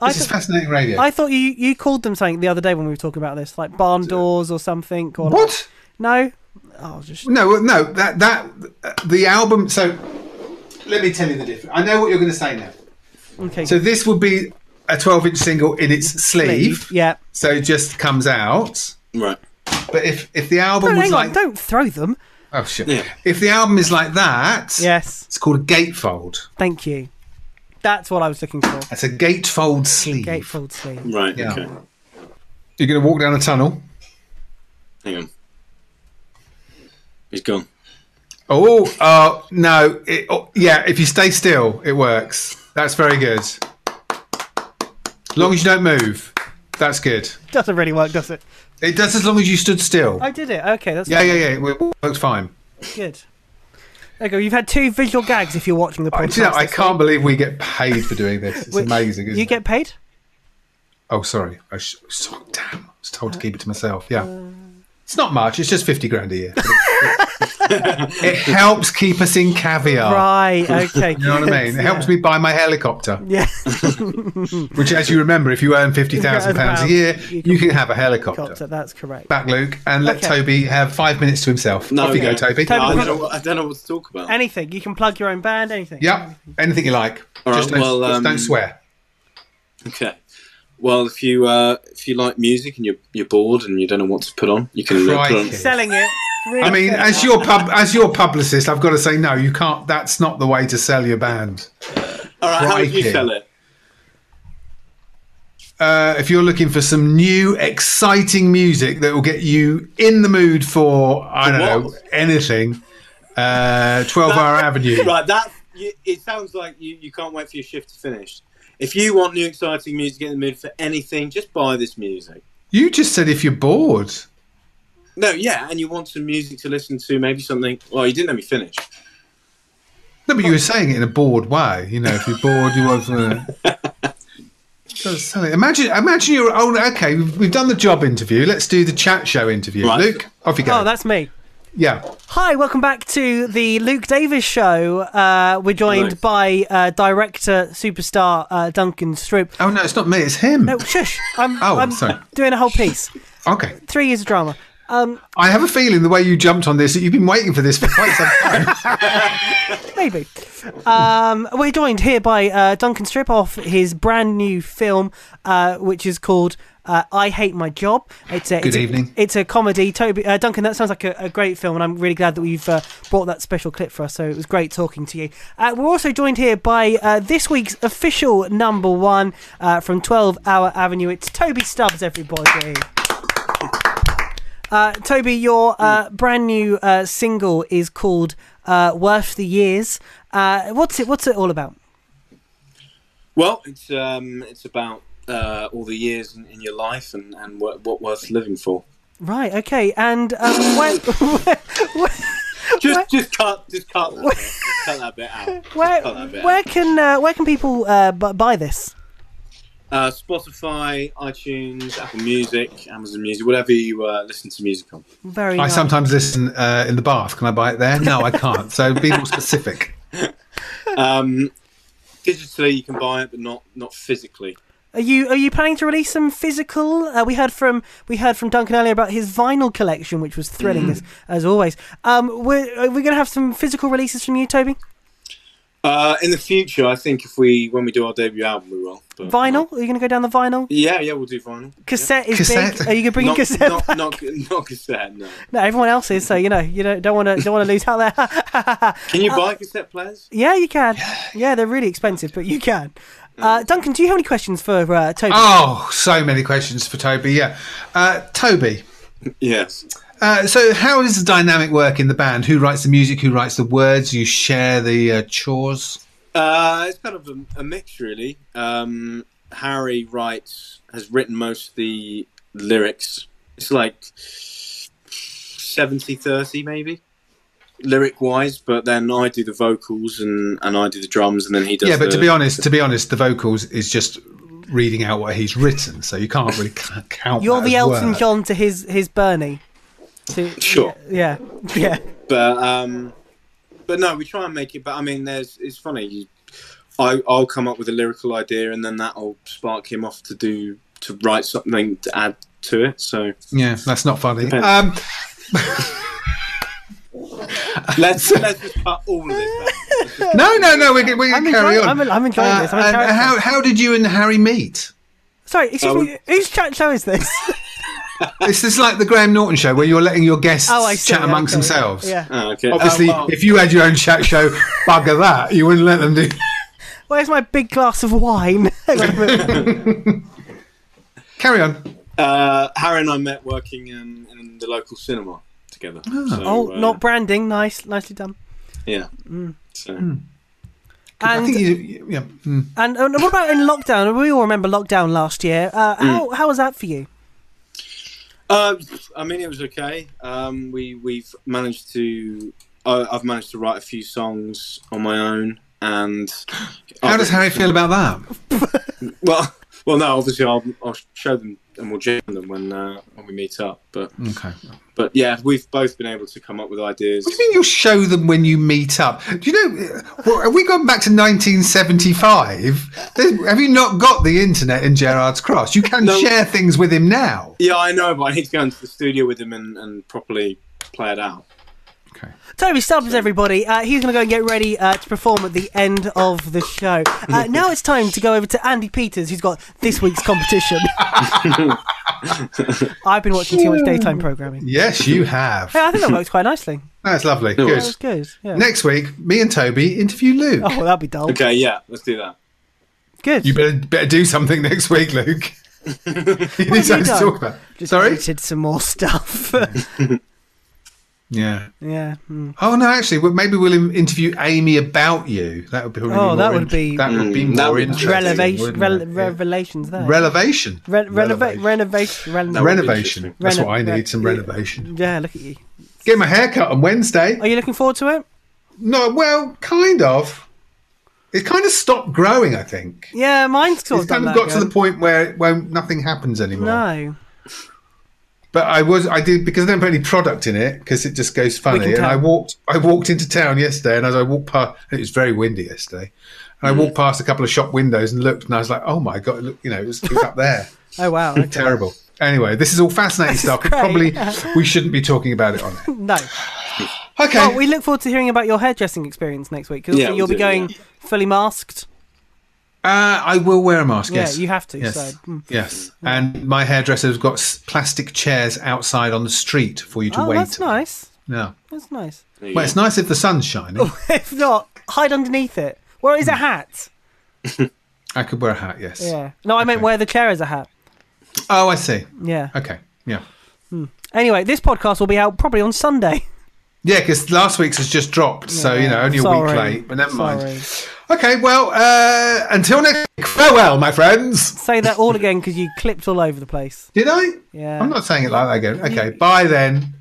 C: I,
D: This is
C: th-
D: fascinating radio.
C: I thought you you called them something the other day when we were talking about this, like barn doors or something. Or
D: what?
C: no. Oh, just
D: No, no. That that uh, the album. So let me tell you the difference. I know what you're going to say now.
C: okay.
D: So this would be a 12-inch single in its sleeve.
C: Yeah.
D: So it just comes out.
E: Right.
D: But if if the album
C: No,
D: was
C: hang
D: like
C: on! Don't throw them.
D: oh shit,
E: Yeah.
D: if the album is like that,
C: Yes.
D: it's called a gatefold.
C: Thank you. That's what I was looking for.
D: That's a gatefold sleeve.
C: Gatefold sleeve.
E: Right.
D: Yeah.
E: Okay.
D: You're going to walk down a tunnel.
E: Hang on. He's gone.
D: Oh, oh no! It, oh, yeah, if you stay still, it works. That's very good. As long as you don't move, that's good.
C: Doesn't really work, does it?
D: It does as long as you stood still.
C: I did it. Okay, that's
D: Yeah, yeah, yeah. It works fine.
C: Good. There you go. You've had two visual gags if you're watching the
D: I,
C: podcast.
D: do Oh, you know, I can't believe we get paid for doing this. It's
C: Wait,
D: amazing. Isn't
C: You
D: it?
C: get paid?
D: Oh, sorry. I sh- so, damn. I was told to keep it to myself. Yeah.
C: Uh.
D: It's not much. It's just 50 grand a year. But it, it helps keep us in caviar.
C: Right. Okay.
D: Oh. You know what I mean? It helps me buy my helicopter.
C: Yeah.
D: Which, as you remember, if you earn fifty thousand pounds a year,
C: You
D: you
C: can-
D: can, have a helicopter.
C: Copter, that's correct.
D: Back, Luke, and let
C: Okay.
D: Toby have five minutes to himself.
E: No,
D: Off you go,
E: okay.
D: Toby.
C: Toby-
E: I, don't know what, I don't know what to talk about.
C: Anything. You can plug your own band, anything.
D: Yep. Anything you like.
E: All
D: just
E: right,
D: don't,
E: well,
D: just
E: um,
D: don't swear.
E: Okay. Well, if you uh, if you like music and you're you're bored and you don't know what to put on, you can uh, put on.
D: Crikey.
C: Selling it. Really
D: I mean, as your pub, as your publicist, I've got to say, no, you can't. That's not the way to sell your band.
E: All right, how would you
D: Crikey.
E: sell it?
D: Uh, if you're looking for some new, exciting music that will get you in the mood for, I
E: For
D: don't
E: what?
D: know, anything, uh, 12 Hour Avenue.
E: Right, that you, it sounds like you, you can't wait for your shift to finish. If you want new exciting music, get in the mood for anything, just buy this music.
D: You just said if you're bored.
E: No, yeah, and you want some music to listen to, maybe something. Well, you didn't let me finish.
D: No, but you were saying it in a bored way. You know, if you're bored, you want to. Gotta sell it. Imagine, imagine you're. Oh, okay. We've, we've done the job interview. Let's do the chat show interview.
E: Right.
D: Luke, off you go.
C: Oh, that's me.
D: yeah.
C: Hi, welcome back to the Luke Davis show. Uh, we're joined by uh, director, superstar uh, Duncan Stroop.
D: Oh no, it's not me. It's him.
C: No, shush. I'm,
D: Oh,
C: I'm
D: sorry.
C: doing a whole piece.
D: Okay.
C: Three years of drama.
D: I have a feeling the way you jumped on this that you've been waiting for this for quite some time.
C: Maybe. Um, we're joined here by uh, Duncan Strip off his brand new film, uh, which is called uh, "I Hate My Job." It's a, it's a-
D: evening.
C: it's a comedy. Toby uh, Duncan, that sounds like a, a great film, and I'm really glad that we've uh, brought that special clip for us. So it was great talking to you. Uh, we're also joined here by uh, this week's official number one uh, from 12 Hour Avenue. It's Toby Stubbs, everybody. Uh, Toby, your uh,
E: Hmm.
C: brand new uh, single is called uh, "Worth the Years." Uh, what's it? What's it all about?
E: Well, it's um, it's about uh, all the years in, in your life and and what, what worth living for.
C: Right. Okay. And um, where, where,
E: Just just cut just cut that bit, just cut that bit out. Just
C: where,
E: cut that bit
C: where
E: out.
C: can uh, where can people uh, bu- buy this?
E: Uh, Spotify, iTunes, Apple Music, Amazon Music, whatever you uh, listen to music on.
C: Very.
D: I
C: nice.
D: sometimes listen uh, in the bath. Can I buy it there? No, I can't. So be more specific.
E: Um, digitally, you can buy it, but not not physically.
C: Are you are you planning to release some physical? Uh, we heard from we heard from Duncan earlier about his vinyl collection, which was
E: Hmm.
C: thrilling as, as always. Um, we're are we going to have some physical releases from you, Toby?
E: Uh, in the future, I think if we when we do our debut album, we will. But,
C: Vinyl? Are you going to go down the vinyl?
E: Yeah, yeah, we'll do vinyl.
C: Cassette is
D: Cassette.
C: big. Are you going to bring
E: not,
C: cassette?
E: not, not, not cassette. No.
C: No, everyone else is, so you know you don't don't want to don't want to lose out there.
E: Can you buy cassette players?
C: yeah, you can. Yeah, they're really expensive, but you can. Uh, Duncan, do you have any questions for uh, Toby?
D: Oh, so many questions for Toby. Yeah, uh, Toby.
E: Yes.
D: Uh, so, how does the dynamic work in the band? Who writes the music? Who writes the words? You share the uh, chores.
E: Uh, it's kind of a, a mix, really. Um, Harry writes, has written most of the lyrics. It's like 70 30, maybe, lyric wise, but then I do the vocals and, and I do the drums, and then he does
D: yeah, but to
E: the-
D: be honest, to be honest, the vocals is just reading out what he's written, so you can't really c- count.
C: You're
D: that
C: the
D: as
C: Elton
D: work.
C: John to his his Bernie. To,
E: Sure.
C: Yeah, yeah.
E: but um, but no, we try and make it. But I mean, there's it's funny. You, I I'll come up with a lyrical idea, and then that'll spark him off to do to write something to add to it. So
D: Yeah, that's not funny.
E: Depends.
D: Um,
E: let's let's just cut all of this. Out.
D: no, no, no. We can, we can
C: I'm
D: carry
C: enjoying- Uh,
D: on. Uh,
C: I'm- I'm enjoying this. I'm
D: and
C: enjoying
D: how
C: this.
D: how did you and Harry meet?
C: Sorry, excuse
E: Oh.
C: me. Whose chat show is this?
D: This is like the Graham Norton show where you're letting your guests
C: Oh, I see.
D: chat
C: yeah,
D: amongst
C: okay.
D: themselves.
C: Yeah.
E: Oh, okay.
D: Obviously,
E: Oh, well,
D: if you had your own chat show, bugger that. You wouldn't let them do.
C: Where's my big glass of wine? Hang on a minute.
D: Carry on.
E: uh, Harry and I met working um, in the local cinema together.
D: Ah,
E: So,
C: oh,
E: uh,
C: not branding. Nice, nicely done.
E: yeah.
D: Mm.
E: So.
D: I
C: And
D: think you, yeah. mm.
C: and, and what about in lockdown? We all remember lockdown last year.
D: Mm.
C: Uh, how how was that for you?
E: Uh, I mean, it was okay. Um, we we've managed to. I I've managed to write a few songs on my own, and Oh,
D: How does Harry feel about that?
E: Well, well, no. Obviously, I'll, I'll show them and we'll jam them when uh, when we meet up. But
D: Okay.
E: but yeah, we've both been able to come up with ideas.
D: What do you mean you'll show them when you meet up? Do you know, well, have we gone back to 1975? There's- Have you not got the internet in Gerard's Cross? You can
E: No.
D: share things with him now.
E: Yeah, I know, but I need to go into the studio with them and, and properly play it out.
D: Okay.
C: Toby Stubbs, everybody. Uh, he's going to go and get ready uh, to perform at the end of the show. Uh, now it's time to go over to Andy Peters, who's got this week's competition. I've been watching too much daytime programming.
D: Yes, you have.
C: Hey, I think that worked quite nicely.
D: That's lovely.
C: That
D: Good.
C: was good. Yeah.
D: Next week, me and Toby interview Luke.
C: Oh, that'd be dull.
E: Okay, yeah, let's do that.
C: Good.
D: You better better do something next week, Luke. you need something to
C: done?
D: talk about.
C: Just
D: Sorry.
C: edited some more stuff.
D: Yeah.
C: yeah. mm.
D: Oh no, actually, well, maybe we'll in- interview Amy about you. That would be. probably
C: Oh,
D: more
C: that would
D: int-
C: be-
D: That would be
E: Mm, that
D: more
E: would be
D: interesting.
C: Relevation,
D: wouldn't
C: rele-
D: it? Yeah.
C: revelations there.
D: Relevation.
C: Uh, Re- releva- renovation.
E: would be
D: Renovation.
E: interesting.
D: That's
C: Reno-
D: what I need.
C: re-
D: some
C: yeah.
D: renovation.
C: yeah, look at you.
D: Get my hair cut on Wednesday.
C: Are you looking forward to it?
D: No, well, kind of. It kind of stopped growing. I think
C: Yeah, mine's sort
D: it's
C: of done
D: kind of
C: that.
D: got to the
C: again.
D: point where it won't nothing happens anymore.
C: No.
D: But I was I did because I don't put any product in it because it just goes
C: can
D: funny. And
C: tell.
D: I walked I walked into town yesterday, and as I walked past, it was very windy yesterday. And
C: Mm-hmm.
D: I walked past a couple of shop windows and looked, and I was like, "Oh my god!" Look, you know, it was, it was up there.
C: Oh wow. okay.
D: Terrible. Anyway, this is all fascinating stuff. but
C: great.
D: Probably we shouldn't be talking about it on it.
C: No.
D: Okay.
C: Well, we look forward to hearing about your hairdressing experience next week because
E: Yeah,
C: you'll
E: we
C: be
E: do,
C: going
E: yeah.
C: fully masked.
D: uh, I will wear a mask. yes,
C: Yeah, you have to.
D: Yes.
C: So. mm.
D: Yes, and my hairdresser's got s- plastic chairs outside on the street for you to
C: Oh,
D: wait.
C: that's
D: on.
C: nice.
D: Yeah.
C: That's nice.
E: There you
D: Well,
E: go.
D: it's nice if the sun's shining.
C: if not, hide underneath it. Wear it as a
D: Hmm.
C: hat.
D: I could wear a hat. Yes.
C: Yeah. No, I meant
D: Okay.
C: wear the chair as a hat.
D: Oh, I see.
C: Yeah.
D: Okay. Yeah.
C: Anyway, this podcast will be out probably on Sunday.
D: Yeah, because last week's has just dropped, so Oh, you know only a
C: Sorry.
D: week late. But never mind.
C: Sorry.
D: Okay, well, uh, until next week, farewell, my friends.
C: Say that all again because you clipped all over the place.
D: Did I?
C: Yeah.
D: I'm not saying it like that again. Okay, bye then.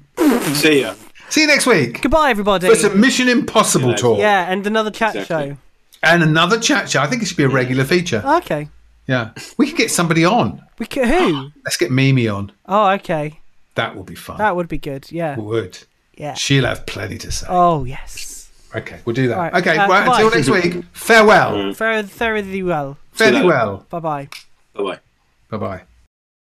E: See ya.
D: See you next week
C: Goodbye, everybody.
D: for some Mission Impossible talk
C: Yeah, and another chat
E: Exactly.
D: and another chat show. I think it should be a regular feature.
C: show. Okay.
D: Yeah, we could get somebody on.
C: We c- who?
D: Let's get Mimi on.
C: Oh, okay.
D: That would be fun.
C: That would be good. Yeah.
D: would.
C: Yeah.
D: She'll have plenty to say.
C: Oh yes.
D: Okay, we'll do that.
C: Right,
D: Okay,
C: uh,
D: right, until
C: goodbye.
D: next week. Farewell.
C: Mm. Very thoroughly well.
D: Fairly
E: later.
D: well.
C: Bye bye.
E: Bye bye.
D: Bye bye.